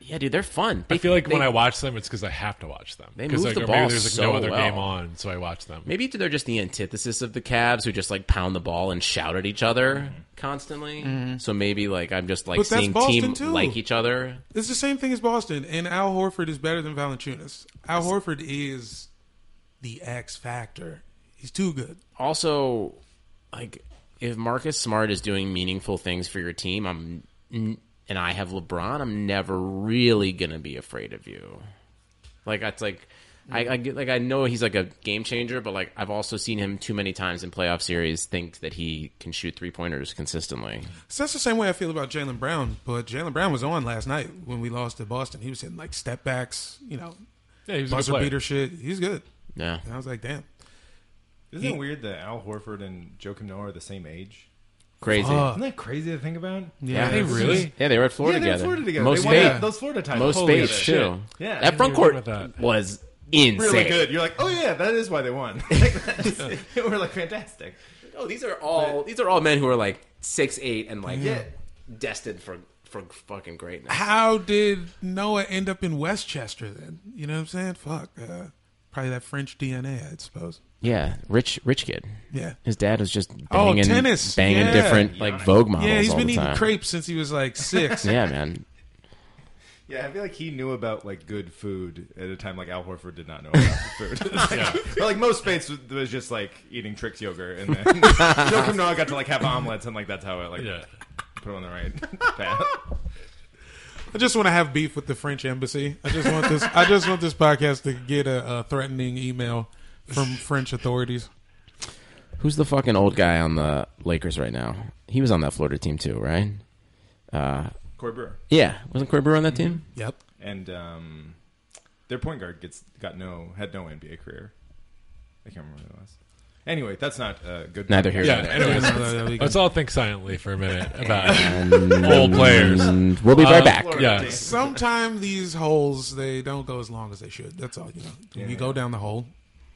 [SPEAKER 3] Yeah, dude, they're fun.
[SPEAKER 2] I
[SPEAKER 3] They-
[SPEAKER 2] feel like when
[SPEAKER 3] they-
[SPEAKER 2] I watch them, it's because I have to watch them.
[SPEAKER 3] They
[SPEAKER 2] 'Cause,
[SPEAKER 3] move
[SPEAKER 2] like,
[SPEAKER 3] the
[SPEAKER 2] or
[SPEAKER 3] ball
[SPEAKER 2] maybe there's like no
[SPEAKER 3] so
[SPEAKER 2] other
[SPEAKER 3] well.
[SPEAKER 2] game on, so I watch them.
[SPEAKER 3] Maybe they're just the antithesis of the Cavs who just like pound the ball and shout at each
[SPEAKER 2] Mm-hmm.
[SPEAKER 3] other constantly. So maybe like I'm just like
[SPEAKER 1] But that's
[SPEAKER 3] seeing
[SPEAKER 1] Boston,
[SPEAKER 3] team
[SPEAKER 1] too.
[SPEAKER 3] like each other.
[SPEAKER 1] It's the same thing as Boston, and Al Horford is better than Valanciunas. Al Horford is the X factor. He's too good.
[SPEAKER 3] Also, like if Marcus Smart is doing meaningful things for your team, I'm n- and I have LeBron, I'm never really gonna be afraid of you. Like that's like I, I get like I know he's like a game changer, but like I've also seen him too many times in playoff series think that he can shoot three pointers consistently.
[SPEAKER 1] So that's the same way I feel about Jalen Brown. But Jalen Brown was on last night when we lost to Boston. He was hitting like step backs, you know,
[SPEAKER 2] Yeah, he was a good
[SPEAKER 1] buzzer
[SPEAKER 2] player.
[SPEAKER 1] beater shit. He's good.
[SPEAKER 3] Yeah.
[SPEAKER 1] And I was like, damn.
[SPEAKER 4] Isn't it weird that Al Horford and Joakim Noah are the same age?
[SPEAKER 3] Crazy.
[SPEAKER 1] Fuck.
[SPEAKER 4] Isn't that crazy to think about?
[SPEAKER 3] Yeah,
[SPEAKER 2] They really?
[SPEAKER 3] Yeah, they were at Florida
[SPEAKER 4] yeah, they're
[SPEAKER 3] together.
[SPEAKER 4] Florida together.
[SPEAKER 3] Most
[SPEAKER 4] they won
[SPEAKER 3] space,
[SPEAKER 4] that- those Florida titles.
[SPEAKER 3] most
[SPEAKER 4] Holy
[SPEAKER 3] space
[SPEAKER 4] shit.
[SPEAKER 3] too.
[SPEAKER 4] Yeah, I
[SPEAKER 3] that front
[SPEAKER 2] didn't
[SPEAKER 3] court
[SPEAKER 2] remember that.
[SPEAKER 3] was
[SPEAKER 4] really
[SPEAKER 3] insane.
[SPEAKER 4] good. You're like, oh yeah, that is why they won. Like, that's- We're like fantastic.
[SPEAKER 3] Oh, these are all these are all men who are like six eight and like
[SPEAKER 4] Yeah.
[SPEAKER 3] destined for for fucking greatness.
[SPEAKER 1] How did Noah end up in Westchester then? You know what I'm saying? Fuck. Uh, probably that French DNA, I suppose.
[SPEAKER 3] Yeah, rich rich kid.
[SPEAKER 1] Yeah.
[SPEAKER 3] His dad was just
[SPEAKER 1] Oh,
[SPEAKER 3] banging,
[SPEAKER 1] tennis.
[SPEAKER 3] banging
[SPEAKER 1] Yeah.
[SPEAKER 3] different like Vogue models.
[SPEAKER 1] Yeah, he's
[SPEAKER 3] all
[SPEAKER 1] been
[SPEAKER 3] the
[SPEAKER 1] eating
[SPEAKER 3] time.
[SPEAKER 1] crepes since he was like six.
[SPEAKER 3] Yeah, man.
[SPEAKER 4] Yeah, I feel like he knew about like good food at a time like Al Horford did not know about good food. like, but, like most Spates was, was just like eating tricks yogurt, and then Joakim Noah got to like have omelets, and like that's how I like
[SPEAKER 2] Yeah.
[SPEAKER 4] put him on the right path.
[SPEAKER 1] I just want to have beef with the French embassy. I just want this. I just want this podcast to get a, a threatening email from French authorities.
[SPEAKER 3] Who's the fucking old guy on the Lakers right now? He was on that Florida team too, right?
[SPEAKER 4] Corey Brewer
[SPEAKER 3] Yeah, wasn't Corey Brewer on that team?
[SPEAKER 1] Yep.
[SPEAKER 4] and um, their point guard gets got no had no NBA career. I can't remember who it was. Anyway, that's not uh, good.
[SPEAKER 3] Neither here.
[SPEAKER 2] Yeah.
[SPEAKER 3] nor there.
[SPEAKER 2] Anyways, let's all think silently for a minute about old players.
[SPEAKER 3] And we'll be right
[SPEAKER 2] Uh,
[SPEAKER 3] back.
[SPEAKER 2] Yeah.
[SPEAKER 1] Sometimes these holes they don't go as long as they should. That's all you know. When you go down the hole,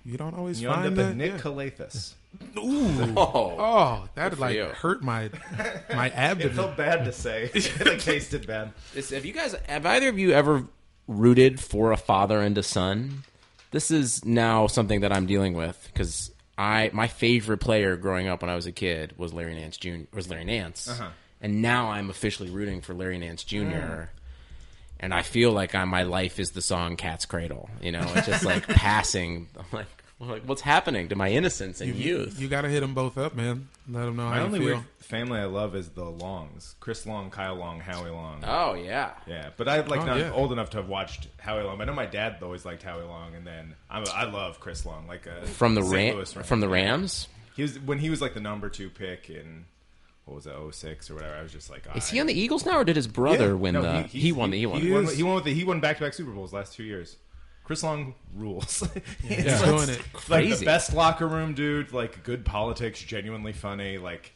[SPEAKER 1] you don't always
[SPEAKER 4] You
[SPEAKER 1] find
[SPEAKER 4] end up
[SPEAKER 1] the
[SPEAKER 4] with Nick
[SPEAKER 1] yeah.
[SPEAKER 4] Calathis.
[SPEAKER 1] Oh, that like
[SPEAKER 3] you.
[SPEAKER 1] hurt my my
[SPEAKER 4] It
[SPEAKER 1] abdomen.
[SPEAKER 4] felt bad to say. it like, tasted bad.
[SPEAKER 3] This, have you guys? Have either of you ever rooted for a father and a son? This is now something that I'm dealing with because I my favorite player growing up when I was a kid was Larry Nance Jr. was Larry Nance,
[SPEAKER 1] Uh-huh.
[SPEAKER 3] and now I'm officially rooting for Larry Nance Jr. And I feel like I, my life is the song "Cat's Cradle." You know, it's just like passing. I'm like, I'm like, what's happening to my innocence and youth?
[SPEAKER 1] You got to hit them both up, man. Let them know
[SPEAKER 4] My
[SPEAKER 1] how
[SPEAKER 4] only
[SPEAKER 1] you feel.
[SPEAKER 4] weird family I love is the Longs: Chris Long, Kyle Long, Howie Long.
[SPEAKER 3] oh yeah,
[SPEAKER 4] Yeah, but I'm like
[SPEAKER 1] Oh,
[SPEAKER 4] not
[SPEAKER 1] yeah.
[SPEAKER 4] old enough to have watched Howie Long. I know my dad always liked Howie Long, and then I'm, I love Chris Long. Like uh
[SPEAKER 3] from the
[SPEAKER 4] St.
[SPEAKER 3] Ram-
[SPEAKER 4] Louis Ram-
[SPEAKER 3] from the Rams.
[SPEAKER 4] he was when he was like the number two pick in what was that 06 or whatever. I was just like,
[SPEAKER 3] Is he on the Eagles now, or did his brother win the? He, won the. E He won.
[SPEAKER 4] He
[SPEAKER 3] the-
[SPEAKER 4] won, he won with the, he won back to back Super Bowls last two years. Chris Long rules. He's
[SPEAKER 1] He's
[SPEAKER 4] like-
[SPEAKER 1] doing it.
[SPEAKER 4] like
[SPEAKER 3] Crazy.
[SPEAKER 4] the best locker room dude. Like good politics, genuinely funny. Like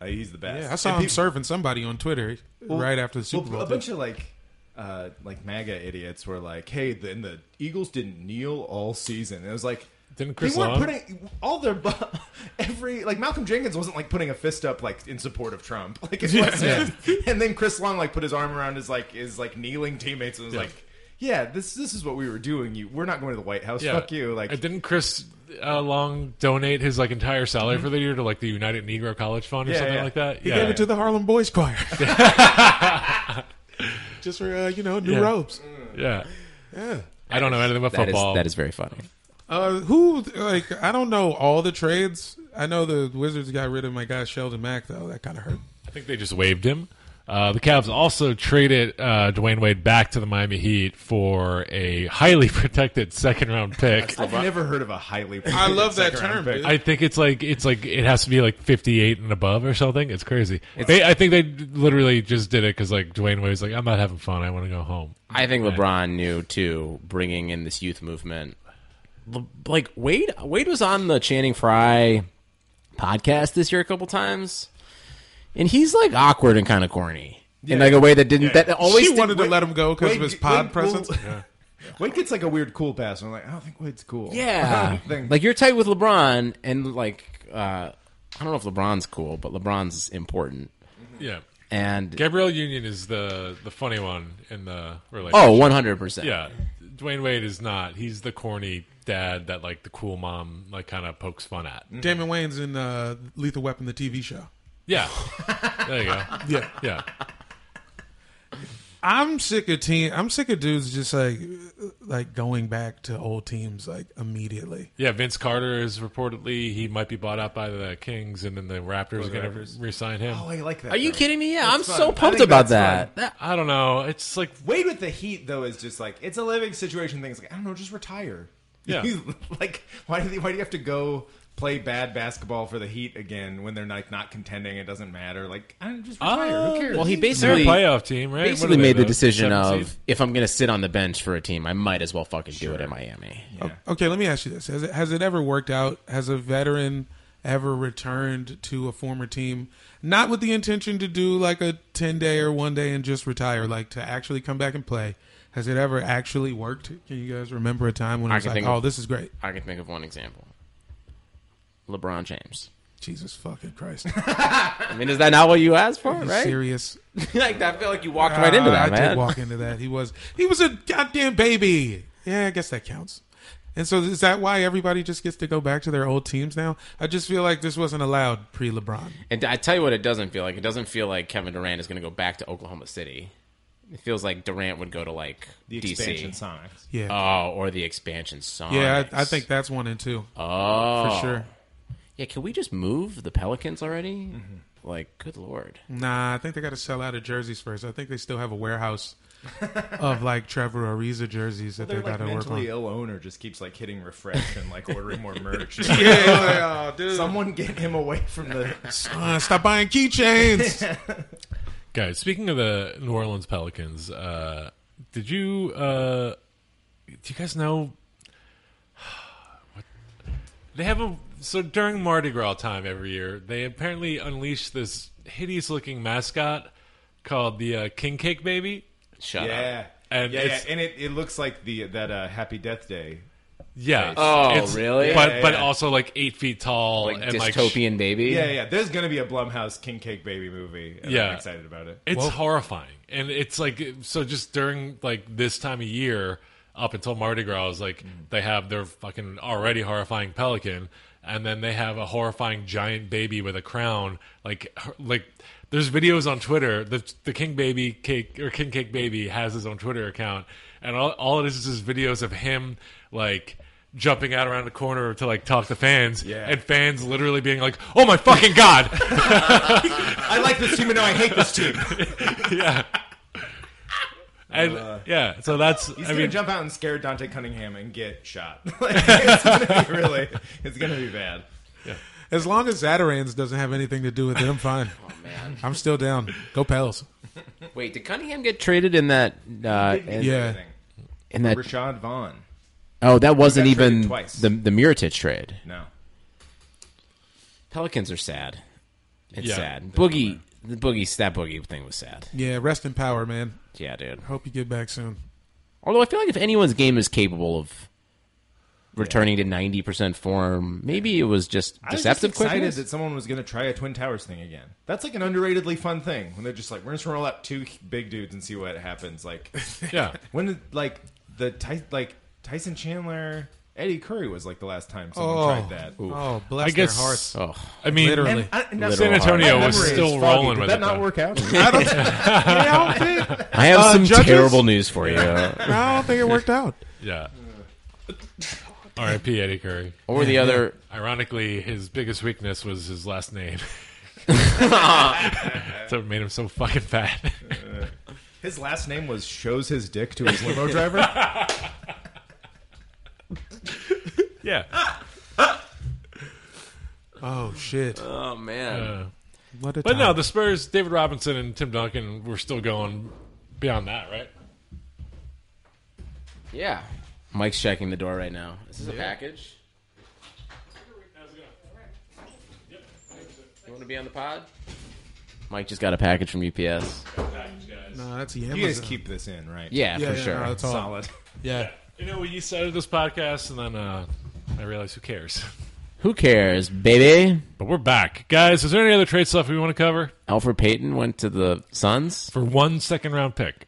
[SPEAKER 4] uh, he's the best.
[SPEAKER 1] Yeah, I saw
[SPEAKER 4] And
[SPEAKER 1] him
[SPEAKER 4] peop-
[SPEAKER 1] serving somebody on Twitter right after the
[SPEAKER 4] Well,
[SPEAKER 1] Super Bowl.
[SPEAKER 4] a
[SPEAKER 1] too.
[SPEAKER 4] bunch of like, uh, like MAGA idiots were like, "Hey, then the Eagles didn't kneel all season." And it was like,
[SPEAKER 2] Didn't Chris
[SPEAKER 4] they weren't
[SPEAKER 2] Long?
[SPEAKER 4] putting all their bu- every like Malcolm Jenkins wasn't like putting a fist up like in support of Trump, like it wasn't. and then Chris Long like put his arm around his like his like kneeling teammates and was like, "Yeah, this this is what we were doing. You we're not going to the White House. Fuck you." Like.
[SPEAKER 2] And didn't Chris uh, Long donate his like entire salary
[SPEAKER 3] Mm-hmm.
[SPEAKER 2] for the year to like the United Negro College Fund or
[SPEAKER 4] Yeah,
[SPEAKER 2] something
[SPEAKER 4] yeah.
[SPEAKER 2] like that?
[SPEAKER 1] He
[SPEAKER 2] Yeah,
[SPEAKER 1] gave it to the Harlem Boys Choir. Just for, uh, you know, new
[SPEAKER 2] Yeah.
[SPEAKER 1] robes.
[SPEAKER 2] yeah. I don't know anything about football.
[SPEAKER 3] That is, that is very funny.
[SPEAKER 1] Uh, who, like, I don't know all the trades. I know the Wizards got rid of my guy Sheldon Mack, though. That kind of hurt.
[SPEAKER 2] I think they just waived him. Uh, the Cavs also traded uh, Dwayne Wade back to the Miami Heat for a highly protected second round pick.
[SPEAKER 4] I've never heard of a highly.
[SPEAKER 1] I love that term,
[SPEAKER 4] second-round pick.
[SPEAKER 1] dude.
[SPEAKER 2] I think it's like it's like it has to be like 58 and above or something. It's crazy. They, I think they literally just did it because like Dwayne Wade's like I'm not having fun. I want to go home.
[SPEAKER 3] I think LeBron knew too, bringing in this youth movement. Le- Like Wade, Wade was on the Channing Frye podcast this year a couple times, and he's like awkward and kind of corny in like a way that didn't that always
[SPEAKER 1] She
[SPEAKER 3] did-
[SPEAKER 1] wanted to
[SPEAKER 4] Wade-
[SPEAKER 1] let him go because of his
[SPEAKER 4] Wade-
[SPEAKER 1] pod
[SPEAKER 4] Wade-
[SPEAKER 1] presence.
[SPEAKER 4] Wade- Wade gets like a weird cool pass, and I'm like, I don't think Wade's cool.
[SPEAKER 3] yeah,
[SPEAKER 4] Thing.
[SPEAKER 3] like you're tight with LeBron, and like uh, I don't know if LeBron's cool, but LeBron's important.
[SPEAKER 2] Yeah.
[SPEAKER 3] And
[SPEAKER 2] Gabrielle Union is the the funny one in the relationship.
[SPEAKER 3] oh, 100%.
[SPEAKER 2] yeah. Dwayne Wade is not. He's the corny dad that like the cool mom like kind of pokes fun at.
[SPEAKER 1] Damon Wayne's in uh, Lethal Weapon, the TV show.
[SPEAKER 2] Yeah. there you go. Yeah. Yeah.
[SPEAKER 1] I'm sick of team. I'm sick of dudes just like uh, like going back to old teams like immediately.
[SPEAKER 2] Yeah, Vince Carter is reportedly he might be bought out by the Kings, and then the Raptors are going to re-sign him.
[SPEAKER 4] Oh, I like that.
[SPEAKER 3] Are you
[SPEAKER 4] though.
[SPEAKER 3] kidding me? Yeah, I'm
[SPEAKER 4] fun.
[SPEAKER 3] so
[SPEAKER 4] I
[SPEAKER 3] pumped
[SPEAKER 4] think
[SPEAKER 3] about
[SPEAKER 4] that's
[SPEAKER 3] that. that.
[SPEAKER 2] I don't know. It's like
[SPEAKER 4] Wade with the Heat though is just like it's a living situation. Things like I don't know, just retire.
[SPEAKER 2] Yeah.
[SPEAKER 4] like why do they, why do you have to go play bad basketball for the Heat again when they're like not contending? It doesn't matter. Like I don't just retire.
[SPEAKER 2] Uh,
[SPEAKER 4] Who cares?
[SPEAKER 3] Oh, Well, he
[SPEAKER 2] they're a
[SPEAKER 3] basically
[SPEAKER 2] playoff team, right? What
[SPEAKER 3] basically
[SPEAKER 2] are they,
[SPEAKER 3] made the decision
[SPEAKER 2] seventh
[SPEAKER 3] of
[SPEAKER 2] seed?
[SPEAKER 3] if I'm going to sit on the bench for a team, I might as well fucking do it in Miami.
[SPEAKER 1] Okay, let me ask you this: Has it has it ever worked out? Has a veteran ever returned to a former team, not with the intention to do like a ten day or one day and just retire, like to actually come back and play? Has it ever actually worked? Can you guys remember a time when
[SPEAKER 3] I
[SPEAKER 1] I was
[SPEAKER 3] can
[SPEAKER 1] like,
[SPEAKER 3] think
[SPEAKER 1] "Oh,
[SPEAKER 3] of-
[SPEAKER 1] this is great"?
[SPEAKER 3] I can think of one example. LeBron James.
[SPEAKER 1] Jesus fucking Christ!
[SPEAKER 3] I mean, is that not what you asked for, right?
[SPEAKER 1] Serious
[SPEAKER 3] like, I feel like you walked right into
[SPEAKER 1] Uh,
[SPEAKER 3] that,
[SPEAKER 1] I
[SPEAKER 3] man.
[SPEAKER 1] did walk into that. He was he was a goddamn baby. Yeah, I guess that counts. And so is that why everybody just gets to go back to their old teams now? I just feel like this wasn't allowed pre LeBron.
[SPEAKER 3] And I tell you what, it doesn't feel like. It doesn't feel like Kevin Durant is going to go back to Oklahoma City. It feels like Durant would go to like
[SPEAKER 4] the
[SPEAKER 3] DC.
[SPEAKER 4] expansion Sonics.
[SPEAKER 1] Yeah.
[SPEAKER 3] Oh, or the expansion song.
[SPEAKER 1] yeah, I, I think that's one and two.
[SPEAKER 3] Oh,
[SPEAKER 1] for sure.
[SPEAKER 3] Yeah, can we just move the Pelicans already?
[SPEAKER 1] Mm-hmm.
[SPEAKER 3] Like, good lord.
[SPEAKER 1] Nah, I think they got to sell out of jerseys first. I think they still have a warehouse of like Trevor Ariza jerseys that
[SPEAKER 4] They're
[SPEAKER 1] they got
[SPEAKER 4] like
[SPEAKER 1] to work
[SPEAKER 4] mentally
[SPEAKER 1] on.
[SPEAKER 4] ill owner just keeps like hitting refresh and like ordering more merch.
[SPEAKER 1] Yeah, like, oh, dude.
[SPEAKER 4] Someone get him away from the.
[SPEAKER 1] Uh, stop buying keychains.
[SPEAKER 2] Guys, speaking of the New Orleans Pelicans, uh, did you uh, do you guys know what- they have a so during Mardi Gras time every year they apparently unleash this hideous looking mascot called the uh, King Cake Baby.
[SPEAKER 3] Shut up.
[SPEAKER 4] Yeah.
[SPEAKER 2] And
[SPEAKER 4] yeah, yeah,
[SPEAKER 2] it's-
[SPEAKER 4] and it, it looks like the that uh, Happy Death Day.
[SPEAKER 2] Yeah.
[SPEAKER 3] Oh, really?
[SPEAKER 2] But
[SPEAKER 4] Yeah,
[SPEAKER 2] but
[SPEAKER 4] yeah.
[SPEAKER 2] also like eight feet tall
[SPEAKER 3] Like
[SPEAKER 2] and like sh-
[SPEAKER 3] dystopian baby.
[SPEAKER 4] Yeah, yeah. There's gonna be a Blumhouse King Cake Baby movie. And
[SPEAKER 2] Yeah.
[SPEAKER 4] I'm excited about it.
[SPEAKER 2] It's horrifying, and it's like so. Just during like this time of year, up until Mardi Gras, like
[SPEAKER 4] Mm.
[SPEAKER 2] they have their fucking already horrifying pelican, and then they have a horrifying giant baby with a crown. Like h- like there's videos on Twitter. The the King Baby Cake or King Cake Baby has his own Twitter account, and all all it is is just videos of him like. Jumping out around the corner to like talk to fans,
[SPEAKER 4] Yeah.
[SPEAKER 2] and fans literally being like, "Oh my fucking god!"
[SPEAKER 4] I like this team, and now I hate this team.
[SPEAKER 2] yeah. And yeah, so that's
[SPEAKER 4] He's
[SPEAKER 2] I
[SPEAKER 4] gonna
[SPEAKER 2] mean
[SPEAKER 4] jump out and scare Dante Cunningham and get shot. Like, it's gonna be really, it's gonna be bad.
[SPEAKER 1] As long as Zatarans doesn't have anything to do with it, I'm fine.
[SPEAKER 4] Oh,
[SPEAKER 1] I'm still down. Go Pels.
[SPEAKER 3] Wait, did Cunningham get traded in that? Uh, in,
[SPEAKER 1] Yeah.
[SPEAKER 3] in that.
[SPEAKER 4] Rashad Vaughn.
[SPEAKER 3] Oh, that wasn't
[SPEAKER 4] He got traded
[SPEAKER 3] even
[SPEAKER 4] twice.
[SPEAKER 3] the the Miritich trade.
[SPEAKER 4] No.
[SPEAKER 3] Pelicans are sad. It's
[SPEAKER 2] Yeah.
[SPEAKER 3] sad. Boogie, the boogie, that boogie thing was sad.
[SPEAKER 1] Yeah, rest in power, man.
[SPEAKER 3] Yeah, dude.
[SPEAKER 1] Hope you get back soon.
[SPEAKER 3] Although I feel like if anyone's game is capable of returning to ninety percent form, maybe it was just
[SPEAKER 4] I was just
[SPEAKER 3] deceptive
[SPEAKER 4] excited
[SPEAKER 3] quickness.
[SPEAKER 4] that someone was going to try a Twin Towers thing again. That's like an underratedly fun thing when they're just like, we're just going to roll out two big dudes and see what happens. Like,
[SPEAKER 2] yeah.
[SPEAKER 4] when did, like the Ty- like Tyson Chandler, Eddie Curry was like the last time someone
[SPEAKER 1] Oh.
[SPEAKER 4] tried that.
[SPEAKER 1] Oh,
[SPEAKER 2] I
[SPEAKER 1] bless
[SPEAKER 2] guess
[SPEAKER 1] their hearts.
[SPEAKER 3] Oh,
[SPEAKER 4] Uh,
[SPEAKER 2] I mean
[SPEAKER 1] Literally.
[SPEAKER 4] I- and that's-
[SPEAKER 2] San Antonio
[SPEAKER 4] my
[SPEAKER 2] was
[SPEAKER 4] memory is
[SPEAKER 2] still
[SPEAKER 4] foggy.
[SPEAKER 2] rolling
[SPEAKER 4] Did
[SPEAKER 2] with
[SPEAKER 4] that
[SPEAKER 2] it,
[SPEAKER 4] not
[SPEAKER 2] though.
[SPEAKER 4] work out?
[SPEAKER 1] I don't, yeah, I, don't think,
[SPEAKER 3] I have some
[SPEAKER 1] judges?
[SPEAKER 3] terrible news for you.
[SPEAKER 1] I don't think it worked out.
[SPEAKER 2] Yeah. R.I.P. Eddie Curry.
[SPEAKER 3] or the other,
[SPEAKER 2] Ironically, his biggest weakness was his last name. That's what made him so fucking fat.
[SPEAKER 4] His last name was shows his dick to his limo Oh, driver.
[SPEAKER 2] yeah.
[SPEAKER 1] Oh shit!
[SPEAKER 3] oh man,
[SPEAKER 1] What a
[SPEAKER 2] Uh, But
[SPEAKER 1] time.
[SPEAKER 2] no, the Spurs, David Robinson and Tim Duncan were still going beyond that, right?
[SPEAKER 3] yeah. Mike's checking the door right now. Is this a package? You want to be on the pod? Mike just got a package from UPS.
[SPEAKER 1] no, that's the
[SPEAKER 4] you guys
[SPEAKER 1] Amazon.
[SPEAKER 4] keep this in, right?
[SPEAKER 3] Yeah,
[SPEAKER 1] yeah,
[SPEAKER 3] for
[SPEAKER 1] yeah,
[SPEAKER 3] sure.
[SPEAKER 1] no, that's all.
[SPEAKER 4] Solid.
[SPEAKER 1] Yeah.
[SPEAKER 2] You know, we started this podcast, and then uh, I realized who cares.
[SPEAKER 3] Who cares, baby?
[SPEAKER 2] But we're back, guys. Is there any other trade stuff we want to cover
[SPEAKER 3] Alfred Payton went to the Suns.
[SPEAKER 2] for one second round pick?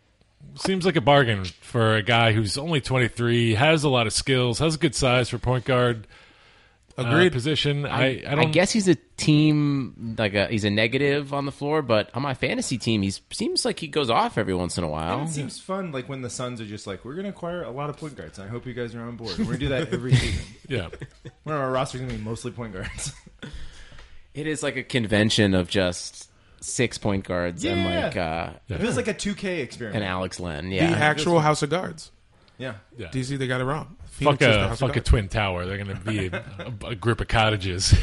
[SPEAKER 2] Seems like a bargain for a guy who's only 23, has a lot of skills, has a good size for point guard uh,
[SPEAKER 1] Agreed.
[SPEAKER 2] position. I I, don't
[SPEAKER 3] I guess he's a team like a, he's a negative on the floor, but on my fantasy team, he seems like he goes off every once in a
[SPEAKER 4] And
[SPEAKER 3] while.
[SPEAKER 4] it seems fun, like when the Suns are just like, we're going to acquire a lot of point guards, and I hope you guys are on board. We're going to do that every season.
[SPEAKER 2] yeah.
[SPEAKER 4] One of our roster's going to be mostly point guards.
[SPEAKER 3] It is like a convention of just six point guards and
[SPEAKER 4] Yeah.
[SPEAKER 3] like uh,
[SPEAKER 4] It was like a 2K experiment.
[SPEAKER 3] an Alex Len.
[SPEAKER 1] The
[SPEAKER 3] Yeah,
[SPEAKER 1] actual House of Guards.
[SPEAKER 4] Yeah.
[SPEAKER 1] DC, they got it wrong. Phoenix
[SPEAKER 2] Fuck
[SPEAKER 1] is the
[SPEAKER 2] a,
[SPEAKER 1] House of
[SPEAKER 2] fuck a
[SPEAKER 1] Guards.
[SPEAKER 2] twin tower. They're going to be a, a- a group of cottages.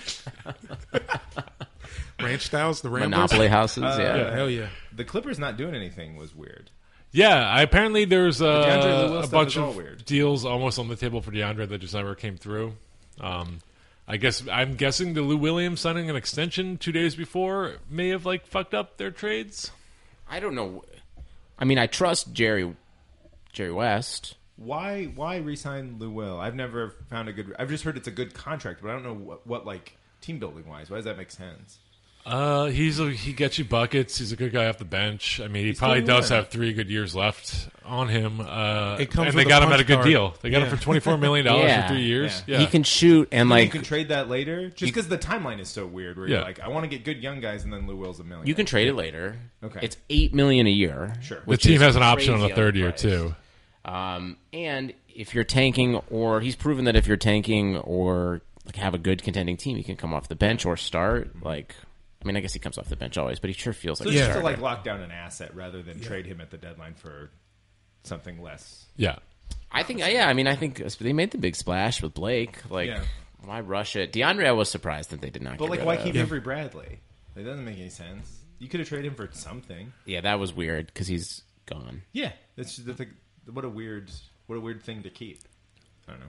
[SPEAKER 1] ranch styles, the Ramblers.
[SPEAKER 3] Monopoly houses. yeah.
[SPEAKER 1] Yeah, hell yeah.
[SPEAKER 4] The Clippers not doing anything was weird.
[SPEAKER 2] Yeah, I, apparently there's
[SPEAKER 4] DeAndre
[SPEAKER 2] uh,
[SPEAKER 4] Lewis
[SPEAKER 2] a
[SPEAKER 4] stuff
[SPEAKER 2] bunch
[SPEAKER 4] is all
[SPEAKER 2] of
[SPEAKER 4] weird.
[SPEAKER 2] deals almost on the table for DeAndre that just never came through. Um, I guess I'm guessing the Lou Williams signing an extension two days before may have like fucked up their trades.
[SPEAKER 3] I don't know. I mean, I trust Jerry Jerry West.
[SPEAKER 4] Why why resign Lou Will? I've never found a good. I've just heard it's a good contract, but I don't know what, what like team building wise. Why does that make sense?
[SPEAKER 2] Uh, he's a, he gets you buckets. He's a good guy off the bench. I mean, he probably
[SPEAKER 4] still
[SPEAKER 2] does
[SPEAKER 4] young.
[SPEAKER 2] have three good years left on him. Uh,
[SPEAKER 1] It comes
[SPEAKER 2] and they
[SPEAKER 1] with a
[SPEAKER 2] got him at
[SPEAKER 1] punch
[SPEAKER 2] a good
[SPEAKER 1] card.
[SPEAKER 2] deal. They got him for twenty four million dollars
[SPEAKER 3] Yeah.
[SPEAKER 2] for three years. Yeah,
[SPEAKER 3] He can shoot and
[SPEAKER 4] Like,
[SPEAKER 3] like
[SPEAKER 4] you can trade that later, just because the timeline is so weird. Where you're
[SPEAKER 2] Yeah.
[SPEAKER 4] like, I want to get good young guys, and then Lou Will's a million.
[SPEAKER 3] you can trade it later.
[SPEAKER 4] Okay.
[SPEAKER 3] It's eight million a year.
[SPEAKER 4] Sure.
[SPEAKER 2] the
[SPEAKER 3] which
[SPEAKER 2] team
[SPEAKER 3] is
[SPEAKER 2] has an option on
[SPEAKER 3] crazy
[SPEAKER 2] a third year
[SPEAKER 3] price.
[SPEAKER 2] too.
[SPEAKER 3] Um, and if you're tanking, or he's proven that if you're tanking or like have a good contending team, he can come off the bench or start. Like, I mean, I guess he comes off the bench always, but he sure feels like
[SPEAKER 4] So
[SPEAKER 3] a
[SPEAKER 4] just to
[SPEAKER 3] starter.
[SPEAKER 4] like lock down an asset rather than trade him at the deadline for something less.
[SPEAKER 2] Yeah,
[SPEAKER 3] I think, yeah, I mean, I think they made the big splash with Blake. Like,
[SPEAKER 4] Yeah.
[SPEAKER 3] why rush it? DeAndre, I was surprised that they did not.
[SPEAKER 4] But
[SPEAKER 3] get
[SPEAKER 4] like, uh,
[SPEAKER 3] rid
[SPEAKER 4] why
[SPEAKER 3] of.
[SPEAKER 4] keep Avery Bradley? It doesn't make any sense. You could have traded him for something.
[SPEAKER 3] Yeah, that was weird because he's gone.
[SPEAKER 4] Yeah, that's just, that's like, what a weird what a weird thing to keep. I don't know.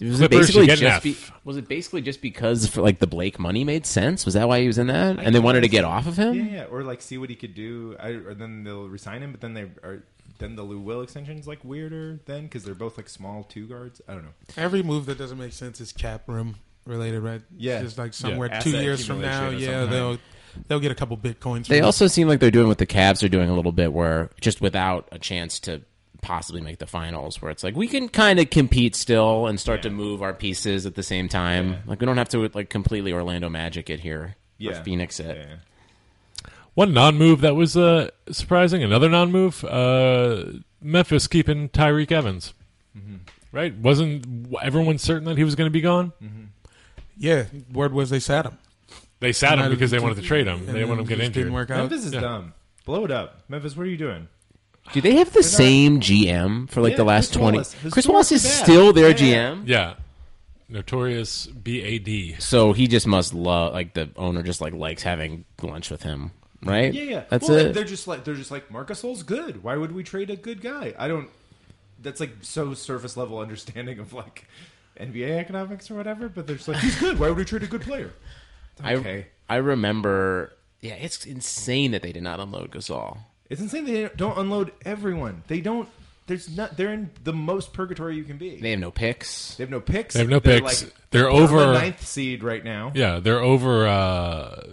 [SPEAKER 3] Was
[SPEAKER 2] Clippers should
[SPEAKER 3] basically
[SPEAKER 2] get an
[SPEAKER 3] just
[SPEAKER 2] F.
[SPEAKER 3] be, was it basically just because for, like the Blake money made sense? Was that why he was in that? and they wanted to get off of him.
[SPEAKER 4] Yeah, yeah, or like see what he could do, I, or then they'll resign him. But then they are then the Lou Will extension is like weirder then because they're both like small two guards. I don't know.
[SPEAKER 1] Every move that doesn't make sense is cap room related, right?
[SPEAKER 4] Yeah.
[SPEAKER 1] It's just like somewhere
[SPEAKER 4] Yeah.
[SPEAKER 1] two
[SPEAKER 4] Asset
[SPEAKER 1] years from now,
[SPEAKER 4] accumulation or
[SPEAKER 1] yeah,
[SPEAKER 4] something.
[SPEAKER 1] they'll they'll get a couple bitcoins.
[SPEAKER 3] They
[SPEAKER 1] from
[SPEAKER 3] also seem like they're doing what the Cavs are doing a little bit, where just without a chance to possibly make the finals, where it's like we can kind of compete still and start to move our pieces at the same time. Like we don't have to like completely Orlando Magic it here.
[SPEAKER 4] Yeah,
[SPEAKER 3] Or Phoenix it.
[SPEAKER 4] Yeah, yeah.
[SPEAKER 2] One non-move that was uh, surprising. Another non-move. Uh, Memphis keeping Tyreek Evans.
[SPEAKER 1] Mm-hmm.
[SPEAKER 2] Right? Wasn't everyone certain that he was going to be gone?
[SPEAKER 1] Mm-hmm. Yeah, word was they sat him.
[SPEAKER 2] They sat him
[SPEAKER 1] United
[SPEAKER 2] because they wanted to
[SPEAKER 1] just-
[SPEAKER 2] trade him. They
[SPEAKER 1] and
[SPEAKER 2] didn't want
[SPEAKER 1] then
[SPEAKER 2] him to get
[SPEAKER 1] just
[SPEAKER 2] injured.
[SPEAKER 1] Didn't work out.
[SPEAKER 4] Memphis is dumb. Blow it up, Memphis. What are you doing?
[SPEAKER 3] Do they have the same GM for like
[SPEAKER 4] Yeah,
[SPEAKER 3] the last
[SPEAKER 4] Chris
[SPEAKER 3] twenty?
[SPEAKER 4] Wallace. Historically
[SPEAKER 3] Chris Wallace is
[SPEAKER 4] bad.
[SPEAKER 3] still their
[SPEAKER 4] Yeah.
[SPEAKER 3] GM.
[SPEAKER 2] Yeah. Notorious BAD.
[SPEAKER 3] So he just must love like the owner just like likes having lunch with him, right?
[SPEAKER 4] Yeah, yeah.
[SPEAKER 3] That's
[SPEAKER 4] well, like,
[SPEAKER 3] it.
[SPEAKER 4] They're just like they're just like Marcus Ole's good. Why would we trade a good guy? I don't. That's like so surface level understanding of like NBA economics or whatever. But they're just like he's good. Why would we trade a good player? okay.
[SPEAKER 3] I I remember. Yeah, it's insane that they did not unload Gasol.
[SPEAKER 4] It's insane they don't unload everyone. They don't. There's not. They're in the most purgatory you can be.
[SPEAKER 3] They
[SPEAKER 4] They,
[SPEAKER 3] have no picks.
[SPEAKER 4] have no picks.
[SPEAKER 2] They have no
[SPEAKER 4] They're,
[SPEAKER 2] picks.
[SPEAKER 4] like,
[SPEAKER 2] They're
[SPEAKER 4] on the
[SPEAKER 2] over-
[SPEAKER 4] ninth seed right now.
[SPEAKER 2] Yeah, they're over uh,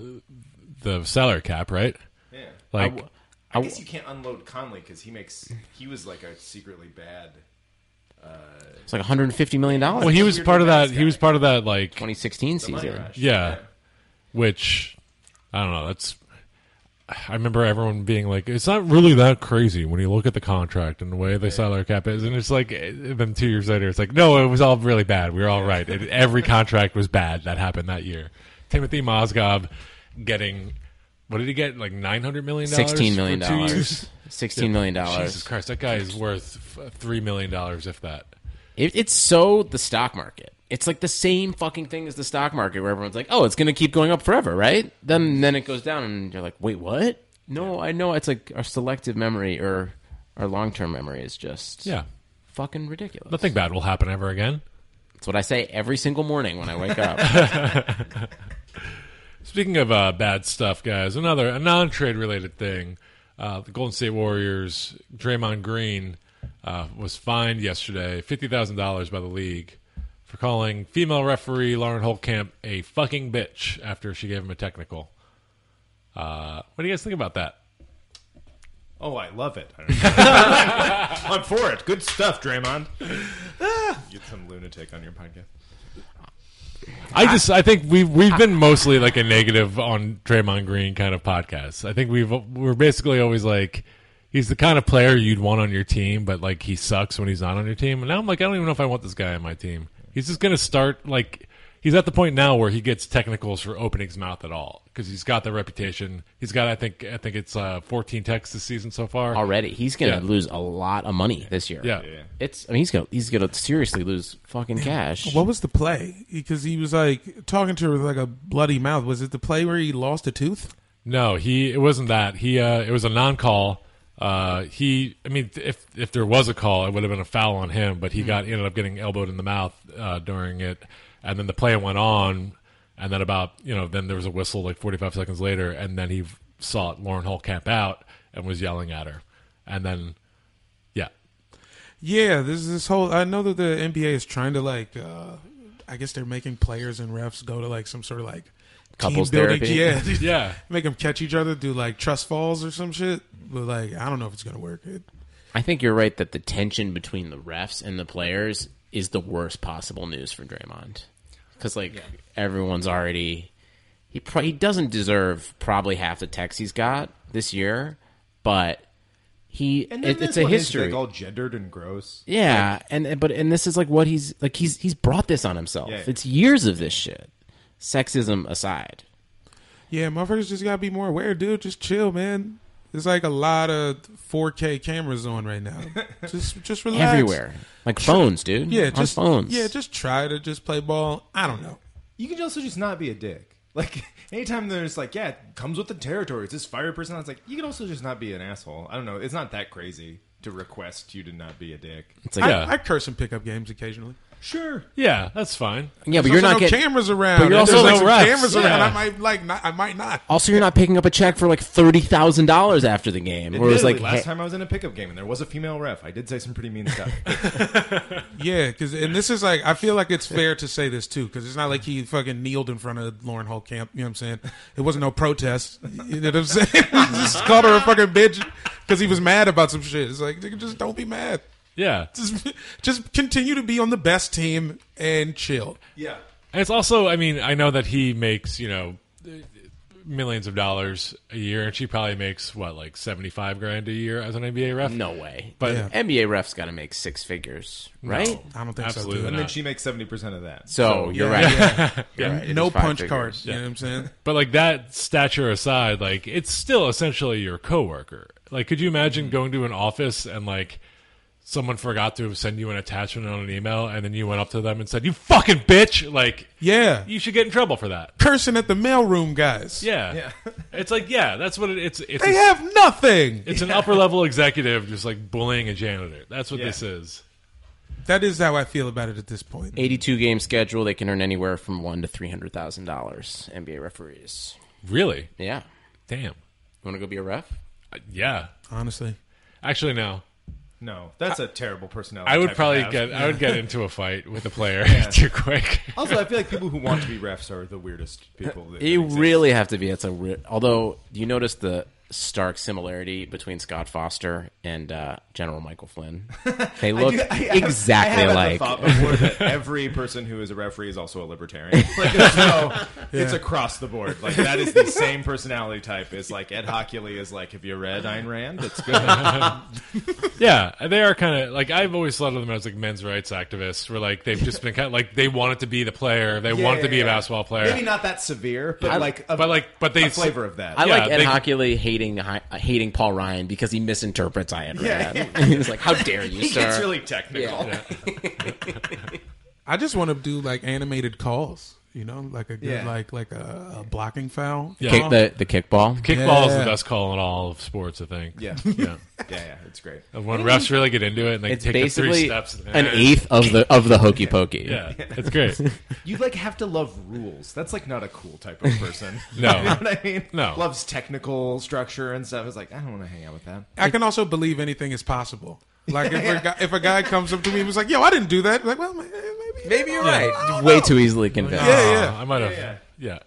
[SPEAKER 2] the salary cap, right?
[SPEAKER 4] Yeah.
[SPEAKER 2] Like,
[SPEAKER 4] I guess you can't unload Conley because he makes. He was like a secretly bad.
[SPEAKER 3] It's like 150 million dollars.
[SPEAKER 2] well, he was
[SPEAKER 4] You're
[SPEAKER 2] part of
[SPEAKER 4] the
[SPEAKER 2] that.
[SPEAKER 4] best
[SPEAKER 2] He
[SPEAKER 4] guy.
[SPEAKER 2] was part of that, like,
[SPEAKER 3] 2016
[SPEAKER 4] money
[SPEAKER 2] Oh
[SPEAKER 3] season.
[SPEAKER 4] rush.
[SPEAKER 2] yeah, which I don't know. That's I remember everyone being like, it's not really that crazy when you look at the contract and the way the salary cap is, and it's like, eh, then two years later, it's like, no, it was all really bad. We were all right. It, every contract was bad that happened that year. Timothy Mozgov getting. What did he get? Like nine hundred million dollars.
[SPEAKER 3] 16 million
[SPEAKER 2] for two years?
[SPEAKER 3] dollars. 16 million
[SPEAKER 2] Jesus
[SPEAKER 3] dollars.
[SPEAKER 2] Christ, that guy is worth f- three million dollars, if that.
[SPEAKER 3] It, it's so the stock market. It's like the same fucking thing as the stock market, where everyone's like, "Oh, it's gonna keep going up forever, right?" Then then it goes down, and you're like, "Wait, what?" No, I know. It's like our selective memory or our long term memory is just
[SPEAKER 2] Yeah,
[SPEAKER 3] fucking ridiculous.
[SPEAKER 2] nothing bad will happen ever again.
[SPEAKER 3] That's what I say every single morning when I wake up.
[SPEAKER 2] Speaking of uh, bad stuff, guys, another a non-trade related thing. Uh, the Golden State Warriors, Draymond Green, uh, was fined yesterday fifty thousand dollars by the league for calling female referee Lauren Holtkamp a fucking bitch after she gave him a technical. Uh, what do you guys think about that?
[SPEAKER 4] Oh, I love it. I'm for it. Good stuff, Draymond. Get some lunatic on your podcast.
[SPEAKER 2] I just I think we we've been mostly like a negative on Draymond Green kind of podcast. I think we've we're basically always like he's the kind of player you'd want on your team, but like he sucks when he's not on your team. And now I'm like I don't even know if I want this guy on my team. He's just gonna start like he's at the point now where he gets technicals for opening his mouth at all because he's got that reputation. He's got I think I think it's uh, 14 texts this season so far.
[SPEAKER 3] already. He's gonna
[SPEAKER 2] Yeah.
[SPEAKER 3] lose a lot of money this year.
[SPEAKER 2] Yeah.
[SPEAKER 3] It's. I mean, he's gonna he's gonna seriously lose fucking cash.
[SPEAKER 1] What was the play? Because he was like talking to her with like a bloody mouth. Was it the play where he lost a tooth?
[SPEAKER 2] No, he it wasn't that. He uh it was a non-call. Uh he I mean if if there was a call, it would have been a foul on him, but he got ended up getting elbowed in the mouth uh during it and then the play went on and then about, you know, then there was a whistle like 45 seconds later and then he saw Lauren Hall camp out and was yelling at her. And then yeah.
[SPEAKER 1] Yeah, there's this whole. I know that the NBA is trying to like. uh I guess they're making players and refs go to like some sort of like
[SPEAKER 3] Couples
[SPEAKER 1] team building- Yeah,
[SPEAKER 3] therapy.
[SPEAKER 2] Yeah.
[SPEAKER 1] make them catch each other, do like trust falls or some shit. But like, I don't know if it's gonna work. It,
[SPEAKER 3] I think you're right that the tension between the refs and the players is the worst possible news for Draymond. Because, like, everyone's already. He, pro- he doesn't deserve probably half the texts he's got this year, but he
[SPEAKER 4] And
[SPEAKER 3] it- it's a history.
[SPEAKER 4] like all gendered and gross.
[SPEAKER 3] yeah, and and- but and this is like what he's like he's he's brought this on himself.
[SPEAKER 4] Yeah.
[SPEAKER 3] It's years of this shit. Sexism aside.
[SPEAKER 1] yeah, motherfuckers just gotta be more aware, dude. Just chill, man. There's like a lot of 4K cameras on right now. just just relax.
[SPEAKER 3] Everywhere. Like phones, dude.
[SPEAKER 1] Yeah,
[SPEAKER 3] On
[SPEAKER 1] just
[SPEAKER 3] phones.
[SPEAKER 1] Yeah, just try to just play ball. I don't know.
[SPEAKER 4] You can also just not be a dick. Like anytime there's like, yeah, it comes with the territory. It's this fire person. It's like you can also just not be an asshole. I don't know. It's not that crazy to request you to not be a dick.
[SPEAKER 3] it's like,
[SPEAKER 2] Yeah.
[SPEAKER 1] I, I curse in pickup games occasionally.
[SPEAKER 4] Sure.
[SPEAKER 2] Yeah, that's fine.
[SPEAKER 3] yeah,
[SPEAKER 1] There's
[SPEAKER 3] but you're
[SPEAKER 1] also
[SPEAKER 3] not
[SPEAKER 1] no
[SPEAKER 3] getting
[SPEAKER 1] cameras around.
[SPEAKER 2] you're
[SPEAKER 1] If
[SPEAKER 2] also
[SPEAKER 1] there's, like,
[SPEAKER 2] no
[SPEAKER 1] some
[SPEAKER 2] refs.
[SPEAKER 1] cameras around.
[SPEAKER 2] Yeah.
[SPEAKER 1] I might like not. I might not.
[SPEAKER 3] Also, you're not picking up a check for like thirty thousand dollars after the game, or it's
[SPEAKER 4] Admittedly,
[SPEAKER 3] like
[SPEAKER 4] last
[SPEAKER 3] hey-
[SPEAKER 4] time I was in a pickup game and there was a female ref. I did say some pretty mean stuff.
[SPEAKER 1] Yeah, because and this is like I feel like it's fair to say this too because it's not like he fucking kneeled in front of Lauren Holtkamp. You know what I'm saying? It wasn't no protest. You know what I'm saying? he just called her a fucking bitch because he was mad about some shit. It's like nigga, just don't be mad.
[SPEAKER 2] Yeah.
[SPEAKER 1] Just just continue to be on the best team and chill.
[SPEAKER 4] yeah.
[SPEAKER 2] And it's also, I mean, I know that he makes, you know, millions of dollars a year, and she probably makes, what, like 75 grand a year as an NBA ref?
[SPEAKER 3] no way.
[SPEAKER 2] But
[SPEAKER 1] Yeah.
[SPEAKER 3] NBA refs got to make six figures, right?
[SPEAKER 1] I don't think so,
[SPEAKER 2] absolutely
[SPEAKER 1] dude.
[SPEAKER 4] And
[SPEAKER 2] not.
[SPEAKER 4] then she makes seventy percent of that.
[SPEAKER 3] So, you're right. You're right, it
[SPEAKER 1] No
[SPEAKER 3] is five
[SPEAKER 1] punch
[SPEAKER 3] figures.
[SPEAKER 1] card. You know what I'm saying?
[SPEAKER 2] But like that stature aside, like it's still essentially your coworker. Like, could you imagine going to an office and like someone forgot to send you an attachment on an email, and then you went up to them and said, "You fucking bitch!" Like,
[SPEAKER 1] Yeah.
[SPEAKER 2] you should get in trouble for that.
[SPEAKER 1] Cursing at the mailroom guys.
[SPEAKER 2] Yeah, it's like yeah, that's what it, it's. It's
[SPEAKER 1] They
[SPEAKER 2] a-
[SPEAKER 1] have nothing.
[SPEAKER 2] it's an upper level executive just like bullying a janitor. That's what
[SPEAKER 4] Yeah.
[SPEAKER 2] this is.
[SPEAKER 1] That is how I feel about it at this point.
[SPEAKER 3] Eighty-two game schedule. They can earn anywhere from one to three hundred thousand dollars. NBA referees.
[SPEAKER 2] Really?
[SPEAKER 3] Yeah.
[SPEAKER 2] Damn.
[SPEAKER 3] You want to go be a ref?
[SPEAKER 2] Uh, Yeah.
[SPEAKER 1] Honestly,
[SPEAKER 2] Actually, no.
[SPEAKER 4] No, that's a terrible personality.
[SPEAKER 2] I
[SPEAKER 4] type
[SPEAKER 2] would
[SPEAKER 4] to
[SPEAKER 2] probably
[SPEAKER 4] have.
[SPEAKER 2] get. I would get into a fight with a player too quick.
[SPEAKER 4] Also, I feel like people who want to be refs are the weirdest people. That
[SPEAKER 3] You
[SPEAKER 4] exist.
[SPEAKER 3] really have to be. It's a. Re- Although, do you notice the stark similarity between Scott Foster and uh, General Michael Flynn? They
[SPEAKER 4] I
[SPEAKER 3] look
[SPEAKER 4] do- I- I- I
[SPEAKER 3] exactly
[SPEAKER 4] have had the
[SPEAKER 3] alike.
[SPEAKER 4] thought before that every person who is a referee is also a libertarian. Like, there's no, it's across the board. Like that is the same personality type. Is like Ed Hockley is like, have you read Ayn Rand? It's good.
[SPEAKER 2] Yeah, they are kind of like I've always thought of them as like men's rights activists. Where like they've just been kind of like they wanted to be the player, they wanted to be a basketball player,
[SPEAKER 4] Maybe not that severe, but like, a,
[SPEAKER 2] but like but they
[SPEAKER 4] a flavor of that.
[SPEAKER 3] I
[SPEAKER 2] Yeah,
[SPEAKER 3] like Ed
[SPEAKER 2] they-
[SPEAKER 3] Hockley hating hi- hating Paul Ryan because he misinterprets Ian
[SPEAKER 4] Yeah,
[SPEAKER 3] Rand. He's like, "How dare you,
[SPEAKER 4] It's
[SPEAKER 3] sir?"
[SPEAKER 4] really technical.
[SPEAKER 3] Yeah.
[SPEAKER 1] I just want to do like animated calls. You know, like a good
[SPEAKER 4] Yeah.
[SPEAKER 1] like like a, a blocking foul.
[SPEAKER 2] Yeah.
[SPEAKER 3] Kick, the the kickball.
[SPEAKER 2] Kickball is the
[SPEAKER 1] Yeah.
[SPEAKER 2] best call in all of sports, I think.
[SPEAKER 4] Yeah.
[SPEAKER 2] yeah.
[SPEAKER 4] yeah, yeah, it's great.
[SPEAKER 2] And when refs really get into it and they
[SPEAKER 3] It's
[SPEAKER 2] take the three
[SPEAKER 3] basically
[SPEAKER 2] steps,
[SPEAKER 3] an eighth of the of the hokey pokey.
[SPEAKER 2] Yeah, it's great.
[SPEAKER 4] You like have to love rules. That's like not a cool type of person.
[SPEAKER 2] No.
[SPEAKER 4] you know what I mean.
[SPEAKER 2] No.
[SPEAKER 4] loves technical structure and stuff. It's like I don't want to hang out with that.
[SPEAKER 1] I can also believe anything is possible. Like if, a guy, if a guy comes up to me and was like, "Yo, I didn't do that," like, well, ma- eh, maybe
[SPEAKER 3] Maybe you're right. Way too easily convinced.
[SPEAKER 1] Yeah,
[SPEAKER 2] Ah,
[SPEAKER 1] yeah.
[SPEAKER 2] I might have.
[SPEAKER 4] yeah.
[SPEAKER 2] Yeah,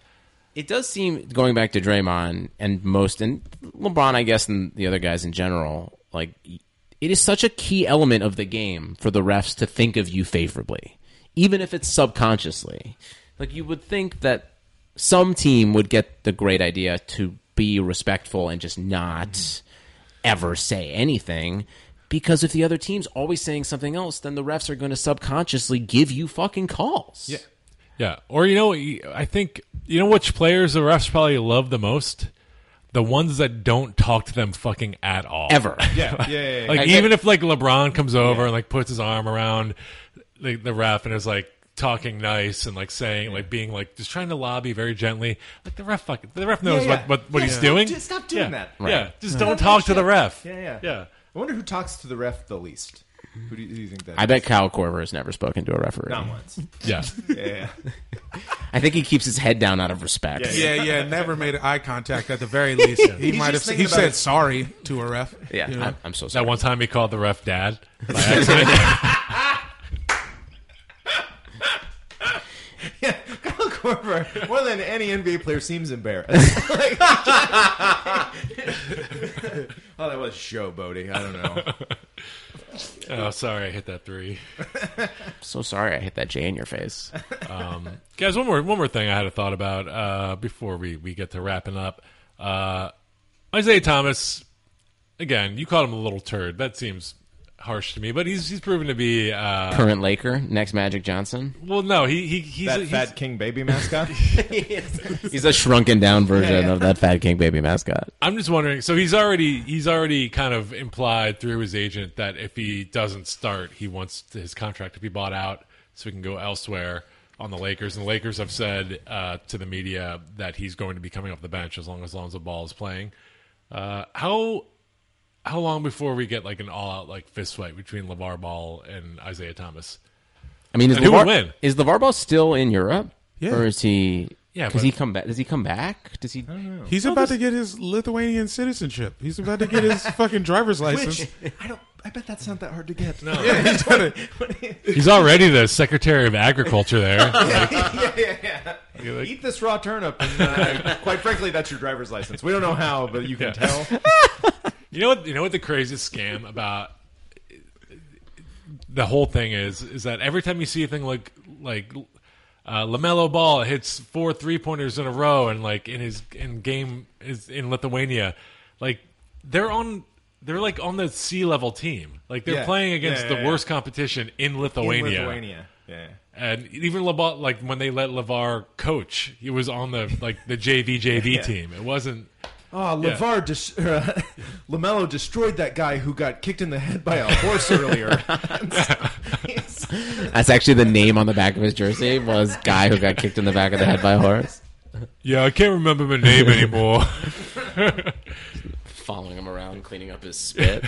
[SPEAKER 3] It does seem going back to Draymond and most and LeBron, I guess, and the other guys in general. Like it is such a key element of the game for the refs to think of you favorably, even if it's subconsciously. Like you would think that some team would get the great idea to be respectful and just not ever say anything. Because if the other team's always saying something else, then the refs are going to subconsciously give you fucking calls. Yeah.
[SPEAKER 2] yeah. Or you know, I think you know which players the refs probably love the most. The ones that don't talk to them fucking at all
[SPEAKER 3] Ever.
[SPEAKER 4] Yeah, yeah, yeah, yeah.
[SPEAKER 2] Like
[SPEAKER 3] I get-
[SPEAKER 2] even if like LeBron comes over and like puts his arm around the, the ref and is like talking nice and like saying like being like just trying to lobby very gently. Like the ref, fucking, the ref knows
[SPEAKER 4] Yeah, yeah.
[SPEAKER 2] what what, what
[SPEAKER 4] Yeah,
[SPEAKER 2] he's
[SPEAKER 4] stop-
[SPEAKER 2] doing.
[SPEAKER 4] just stop doing
[SPEAKER 2] Yeah.
[SPEAKER 4] that.
[SPEAKER 2] Yeah,
[SPEAKER 3] Right.
[SPEAKER 2] just don't talk to the ref.
[SPEAKER 4] yeah, yeah,
[SPEAKER 2] yeah.
[SPEAKER 4] I wonder who talks to the ref the least. Who do you, who do you think that?
[SPEAKER 3] I
[SPEAKER 4] is?
[SPEAKER 3] bet Kyle Korver has never spoken to a referee.
[SPEAKER 4] not once.
[SPEAKER 2] yeah.
[SPEAKER 4] Yeah, yeah.
[SPEAKER 3] I think he keeps his head down out of respect.
[SPEAKER 1] Yeah, yeah. Never made eye contact at the very least. He might have.
[SPEAKER 4] just
[SPEAKER 1] He
[SPEAKER 4] thinking about
[SPEAKER 1] said
[SPEAKER 4] it.
[SPEAKER 1] sorry to a ref.
[SPEAKER 3] Yeah,
[SPEAKER 1] you know?
[SPEAKER 3] I'm, I'm so
[SPEAKER 2] That
[SPEAKER 3] sorry.
[SPEAKER 2] one time he called the ref dad by accident.
[SPEAKER 4] Kyle Korver, more than any NBA player, seems embarrassed. Like- oh, that was showboating. I don't know.
[SPEAKER 2] oh, sorry, I hit that three.
[SPEAKER 3] so sorry I hit that J in your face.
[SPEAKER 2] Guys, one more one more thing I had a thought about uh, before we, we get to wrapping up. Uh, Isaiah Thomas, again, you called him a little turd. That seems harsh to me, but he's he's proven to be uh,
[SPEAKER 3] Current Laker, next Magic Johnson.
[SPEAKER 2] well. No, he he he's,
[SPEAKER 4] That
[SPEAKER 2] he's
[SPEAKER 4] fat king baby mascot.
[SPEAKER 3] He's a shrunken down version of that Fat King baby mascot.
[SPEAKER 2] I'm just wondering. So he's already he's already kind of implied through his agent that if he doesn't start, he wants his contract to be bought out so he can go elsewhere on the Lakers. And the Lakers have said uh, to the media that he's going to be coming off the bench as long as Lonzo Ball is playing. Uh, how how long before we get like an all out like fist fight between LeVar Ball and Isaiah Thomas?
[SPEAKER 3] I mean, is
[SPEAKER 2] And who would
[SPEAKER 3] LeVar,
[SPEAKER 2] win?
[SPEAKER 3] is LeVar Ball still in Europe?
[SPEAKER 1] Yeah.
[SPEAKER 3] Or is he?
[SPEAKER 2] Yeah,
[SPEAKER 3] Does
[SPEAKER 2] but-
[SPEAKER 3] he come back? Does he come back? Does he?
[SPEAKER 1] He's about to get his Lithuanian citizenship. He's about to get his fucking driver's license.
[SPEAKER 4] Which I don't. I bet that's not that hard to get. No.
[SPEAKER 1] Yeah, he's gonna-
[SPEAKER 2] He's already the Secretary of Agriculture there.
[SPEAKER 4] yeah, yeah, yeah. Eat this raw turnip, and uh, quite frankly, that's your driver's license. We don't know how, but you can tell.
[SPEAKER 2] You know what? You know what the craziest scam about the whole thing is is that every time you see a thing like like uh, Lamelo Ball hits four three pointers in a row and like in his in game is in Lithuania, like they're on they're like on the sea level team. Like they're
[SPEAKER 4] Yeah.
[SPEAKER 2] playing against
[SPEAKER 4] Yeah,
[SPEAKER 2] the
[SPEAKER 4] yeah, yeah.
[SPEAKER 2] worst competition in
[SPEAKER 4] In
[SPEAKER 2] Lithuania.
[SPEAKER 4] Lithuania. Yeah.
[SPEAKER 2] And even LeBar, like when they let Lavar coach, he was on the like the JV JV
[SPEAKER 4] Yeah.
[SPEAKER 2] team. It wasn't
[SPEAKER 4] Oh,
[SPEAKER 2] Yeah.
[SPEAKER 4] Lavar, dis- uh, Lamelo destroyed that guy who got kicked in the head by a horse earlier.
[SPEAKER 3] That's actually the name on the back of his jersey was guy who got kicked in the back of the head by a horse.
[SPEAKER 2] Yeah, I can't remember my name anymore.
[SPEAKER 3] Following him around, cleaning up his spit.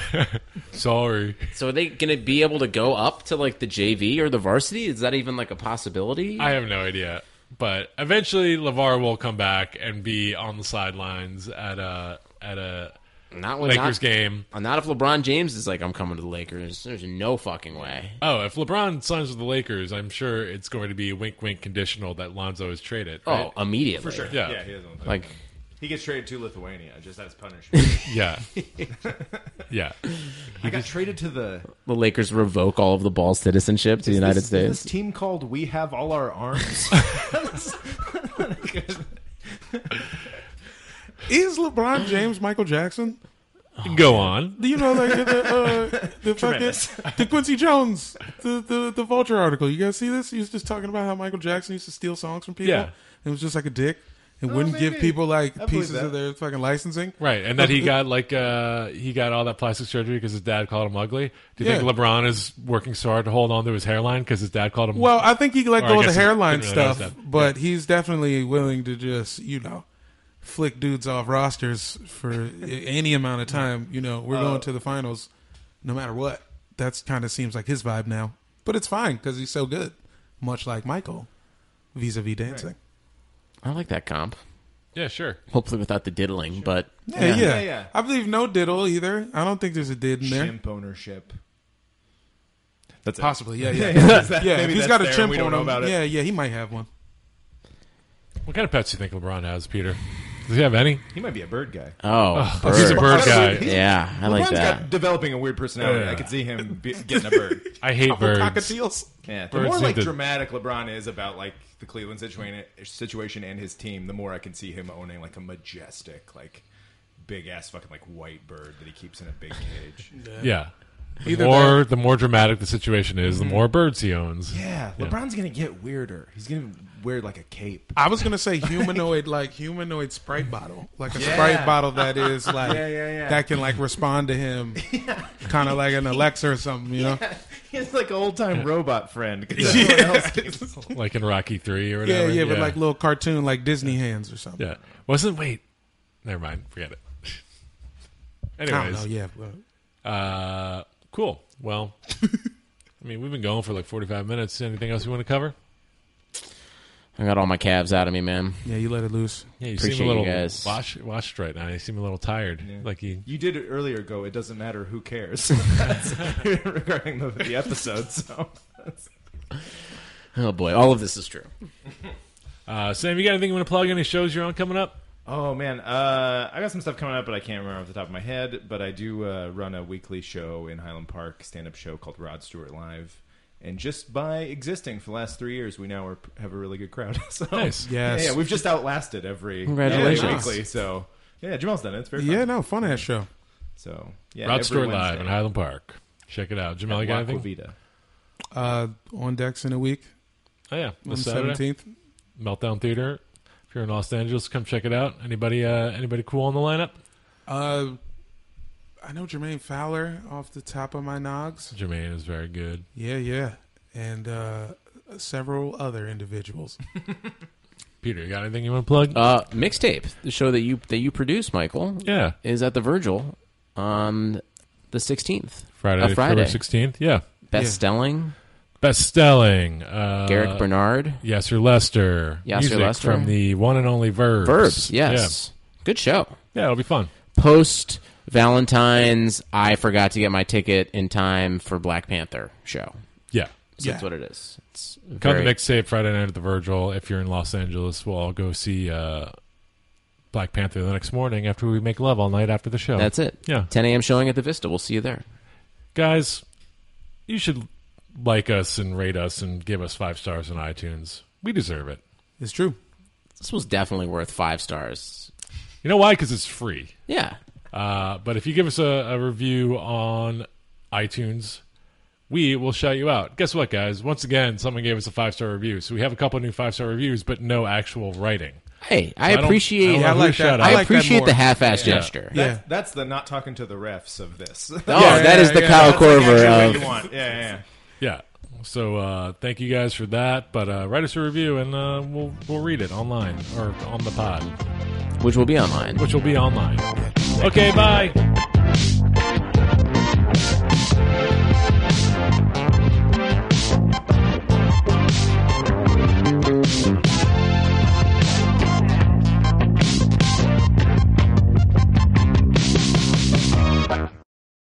[SPEAKER 2] Sorry.
[SPEAKER 3] so are they going to be able to go up to like the JV or the varsity? Is that even like a possibility?
[SPEAKER 2] I have no idea. But eventually, Lavar will come back and be on the sidelines at a at a
[SPEAKER 3] not when
[SPEAKER 2] Lakers
[SPEAKER 3] not-
[SPEAKER 2] game.
[SPEAKER 3] Uh, Not if LeBron James is like, I'm coming to the Lakers. There's no fucking way.
[SPEAKER 2] Oh, if LeBron signs with the Lakers, I'm sure it's going to be wink wink conditional that Lonzo is traded. right?
[SPEAKER 3] Oh, immediately.
[SPEAKER 2] Yeah.
[SPEAKER 4] yeah, he doesn't. want to.
[SPEAKER 3] Like,
[SPEAKER 4] he gets traded to Lithuania just as punishment.
[SPEAKER 2] yeah, yeah.
[SPEAKER 4] I got traded to the
[SPEAKER 3] the Lakers revoke all of the ball citizenship to the United
[SPEAKER 4] this,
[SPEAKER 3] States.
[SPEAKER 4] This team called "We Have All Our Arms."
[SPEAKER 1] is LeBron James Michael Jackson?
[SPEAKER 2] Go on.
[SPEAKER 1] You know, like the uh, the fucking the Quincy Jones, the, the the Vulture article. You guys see this? He was just talking about how Michael Jackson used to steal songs from people.
[SPEAKER 2] Yeah.
[SPEAKER 1] and was just like a dick and wouldn't give
[SPEAKER 4] Oh, maybe.
[SPEAKER 1] people like
[SPEAKER 4] believe
[SPEAKER 1] pieces
[SPEAKER 4] that.
[SPEAKER 1] of their fucking licensing.
[SPEAKER 2] Right, and that he got like uh he got all that plastic surgery because his dad called him ugly. Do you
[SPEAKER 1] Yeah.
[SPEAKER 2] think LeBron is working so hard to hold on to his hairline because his dad called him?
[SPEAKER 1] Well, I think he let
[SPEAKER 2] Or I
[SPEAKER 1] go of the
[SPEAKER 2] guess he
[SPEAKER 1] hairline
[SPEAKER 2] didn't really know
[SPEAKER 1] stuff,
[SPEAKER 2] that.
[SPEAKER 1] but he's definitely willing to just you know flick dudes off rosters for a- any amount of time. You know,
[SPEAKER 4] Uh,
[SPEAKER 1] we're going to the finals, no matter what. That's kind of seems like his vibe now, but it's fine because he's so good, much like Michael, vis-a-vis dancing.
[SPEAKER 3] I like that comp.
[SPEAKER 2] yeah, sure.
[SPEAKER 3] Hopefully without the diddling, but
[SPEAKER 1] Yeah, yeah.
[SPEAKER 4] Yeah, yeah.
[SPEAKER 1] I believe no diddle either. I don't think there's a did in there.
[SPEAKER 4] Chimp ownership. That's it.
[SPEAKER 1] Possibly, yeah, yeah,
[SPEAKER 4] Yeah,
[SPEAKER 1] yeah.
[SPEAKER 4] is that- maybe
[SPEAKER 1] if he's
[SPEAKER 4] that's
[SPEAKER 1] got a
[SPEAKER 4] there and
[SPEAKER 1] chimp
[SPEAKER 4] we
[SPEAKER 1] on
[SPEAKER 4] don't know
[SPEAKER 1] him,
[SPEAKER 4] about it.
[SPEAKER 1] yeah, yeah, he might have one.
[SPEAKER 2] What kind of pets do you think LeBron has, Peter? Does he have any?
[SPEAKER 4] He might be a bird guy.
[SPEAKER 3] Oh, bird.
[SPEAKER 2] He's a bird
[SPEAKER 4] He's-
[SPEAKER 2] guy.
[SPEAKER 4] he's-
[SPEAKER 3] Yeah, I like
[SPEAKER 4] LeBron's
[SPEAKER 3] that.
[SPEAKER 4] got developing a weird personality.
[SPEAKER 2] Yeah.
[SPEAKER 4] I could see him be, getting a bird.
[SPEAKER 2] I hate birds.
[SPEAKER 4] Cockatiels. Yeah. The
[SPEAKER 2] Birds
[SPEAKER 4] more
[SPEAKER 2] need
[SPEAKER 4] like
[SPEAKER 2] to-
[SPEAKER 4] dramatic LeBron is about like the Cleveland situation, situation and his team, the more I can see him owning like a majestic, like big ass fucking like white bird that he keeps in a big cage.
[SPEAKER 2] Yeah. The
[SPEAKER 1] Either Mm-hmm.
[SPEAKER 2] more the more dramatic the situation is, the more birds he owns.
[SPEAKER 4] yeah, LeBron's gonna get weirder. He's gonna wear like a cape.
[SPEAKER 1] I was gonna say humanoid, like humanoid Sprite bottle, like a
[SPEAKER 4] Yeah.
[SPEAKER 1] Sprite bottle that is like
[SPEAKER 4] Yeah, yeah, yeah.
[SPEAKER 1] that can like respond to him, kind of like an Alexa or something, you know?
[SPEAKER 4] He's like an old time robot friend. 'cause everyone else is-
[SPEAKER 2] Like in Rocky Three or
[SPEAKER 1] Yeah,
[SPEAKER 2] whatever.
[SPEAKER 1] yeah, but like little cartoon, like Disney hands or something.
[SPEAKER 2] Yeah. Wasn't wait. Never mind. Forget it.
[SPEAKER 1] I don't know.
[SPEAKER 2] Anyways.
[SPEAKER 1] Yeah, but-
[SPEAKER 2] Uh cool. Well I mean we've been going for like forty five minutes. Anything else you want to cover?
[SPEAKER 3] I got all my calves out of me, man.
[SPEAKER 1] yeah, you let it loose.
[SPEAKER 2] Yeah, you
[SPEAKER 3] Appreciate
[SPEAKER 2] seem a little
[SPEAKER 3] you guys.
[SPEAKER 2] wash washed right now. You seem a little tired. Like you
[SPEAKER 4] you did it earlier. Go. It doesn't matter. Who cares? That's regarding the, the episode. So
[SPEAKER 3] Oh boy, all of this is true.
[SPEAKER 2] uh Sam, you got anything you want to plug any shows you're on coming up?
[SPEAKER 4] Oh man, uh, I got some stuff coming up, but I can't remember off the top of my head. But I do uh, run a weekly show in Highland Park, stand-up show called Rod Stewart Live, and just by existing for the last three years, we now are, have a really good crowd. so,
[SPEAKER 1] Oh,
[SPEAKER 2] Nice.
[SPEAKER 1] Yes.
[SPEAKER 4] yeah, we've just outlasted every
[SPEAKER 3] Congratulations.
[SPEAKER 4] every weekly. So yeah, Jamal's done it. It's very fun.
[SPEAKER 1] Yeah, no, fun ass show.
[SPEAKER 4] So yeah,
[SPEAKER 2] Rod
[SPEAKER 4] every
[SPEAKER 2] Stewart
[SPEAKER 4] Wednesday
[SPEAKER 2] Live in Highland Park. Check it out.
[SPEAKER 4] at
[SPEAKER 2] Jamal, you got
[SPEAKER 4] Aqua
[SPEAKER 2] anything?
[SPEAKER 4] Vita.
[SPEAKER 1] Uh, on decks in a week
[SPEAKER 2] Oh yeah.
[SPEAKER 1] on
[SPEAKER 2] This Saturday.
[SPEAKER 1] seventeenth.
[SPEAKER 2] Meltdown Theater. If you're in Los Angeles, come check it out. Anybody uh, anybody cool on the lineup?
[SPEAKER 1] Uh, I know Jermaine Fowler off the top of my nogs.
[SPEAKER 2] Jermaine is very good.
[SPEAKER 1] Yeah, yeah, and uh, several other individuals.
[SPEAKER 2] Peter, you got anything you want to plug?
[SPEAKER 3] Uh, mixtape, the show that you that you produce, Michael,
[SPEAKER 2] yeah.
[SPEAKER 3] is at the Virgil on the sixteenth.
[SPEAKER 2] Friday,
[SPEAKER 3] a Friday.
[SPEAKER 2] October sixteenth. Yeah.
[SPEAKER 3] Best
[SPEAKER 1] Yeah.
[SPEAKER 3] Stelling,
[SPEAKER 2] Bestselling. Uh
[SPEAKER 3] Garrick Bernard,
[SPEAKER 2] Yes or Lester.
[SPEAKER 3] Yes or
[SPEAKER 2] Music
[SPEAKER 3] Lester.
[SPEAKER 2] From the one and only Verbs.
[SPEAKER 3] Verbs. Yes, good show.
[SPEAKER 2] Yeah, yeah it'll be fun.
[SPEAKER 3] Post Valentine's, I forgot to get my ticket in time for Black Panther show.
[SPEAKER 2] Yeah.
[SPEAKER 3] So
[SPEAKER 1] Yeah.
[SPEAKER 3] That's what it is. It's
[SPEAKER 2] Come
[SPEAKER 3] very-
[SPEAKER 2] to Mixtape Friday night at the Virgil. If you're in Los Angeles, we'll all go see uh, Black Panther the next morning after we make love all night after the show.
[SPEAKER 3] That's it.
[SPEAKER 2] Yeah.
[SPEAKER 3] 10 a.m. showing at the Vista. We'll see you there.
[SPEAKER 2] guys, you should like us and rate us and give us five stars on iTunes. We deserve it.
[SPEAKER 1] It's true.
[SPEAKER 3] This was definitely worth five stars.
[SPEAKER 2] You know why? Because it's free.
[SPEAKER 3] Yeah.
[SPEAKER 2] Uh, but if you give us a, a review on iTunes, we will shout you out. Guess what, guys? Once again, someone gave us a five star review, so we have a couple new five star reviews, but no actual writing.
[SPEAKER 3] Hey, I,
[SPEAKER 2] I don't-
[SPEAKER 3] appreciate.
[SPEAKER 2] I
[SPEAKER 3] I,
[SPEAKER 2] don't know
[SPEAKER 1] Yeah, I
[SPEAKER 2] who
[SPEAKER 1] like
[SPEAKER 2] shout
[SPEAKER 1] that.
[SPEAKER 2] out.
[SPEAKER 1] I like- that
[SPEAKER 3] appreciate
[SPEAKER 1] more.
[SPEAKER 3] the half-ass gesture.
[SPEAKER 1] Yeah.
[SPEAKER 4] That's, that's the not talking to the refs of this.
[SPEAKER 3] Oh, that is the Kyle
[SPEAKER 4] That's what
[SPEAKER 3] Corver
[SPEAKER 4] you
[SPEAKER 3] of.
[SPEAKER 4] want. Yeah, yeah, yeah.
[SPEAKER 2] yeah. So uh, thank you guys for that. But uh, write us a review, and uh, we'll we'll read it online or on the pod,
[SPEAKER 3] which will be online.
[SPEAKER 2] which will be online. Okay, bye.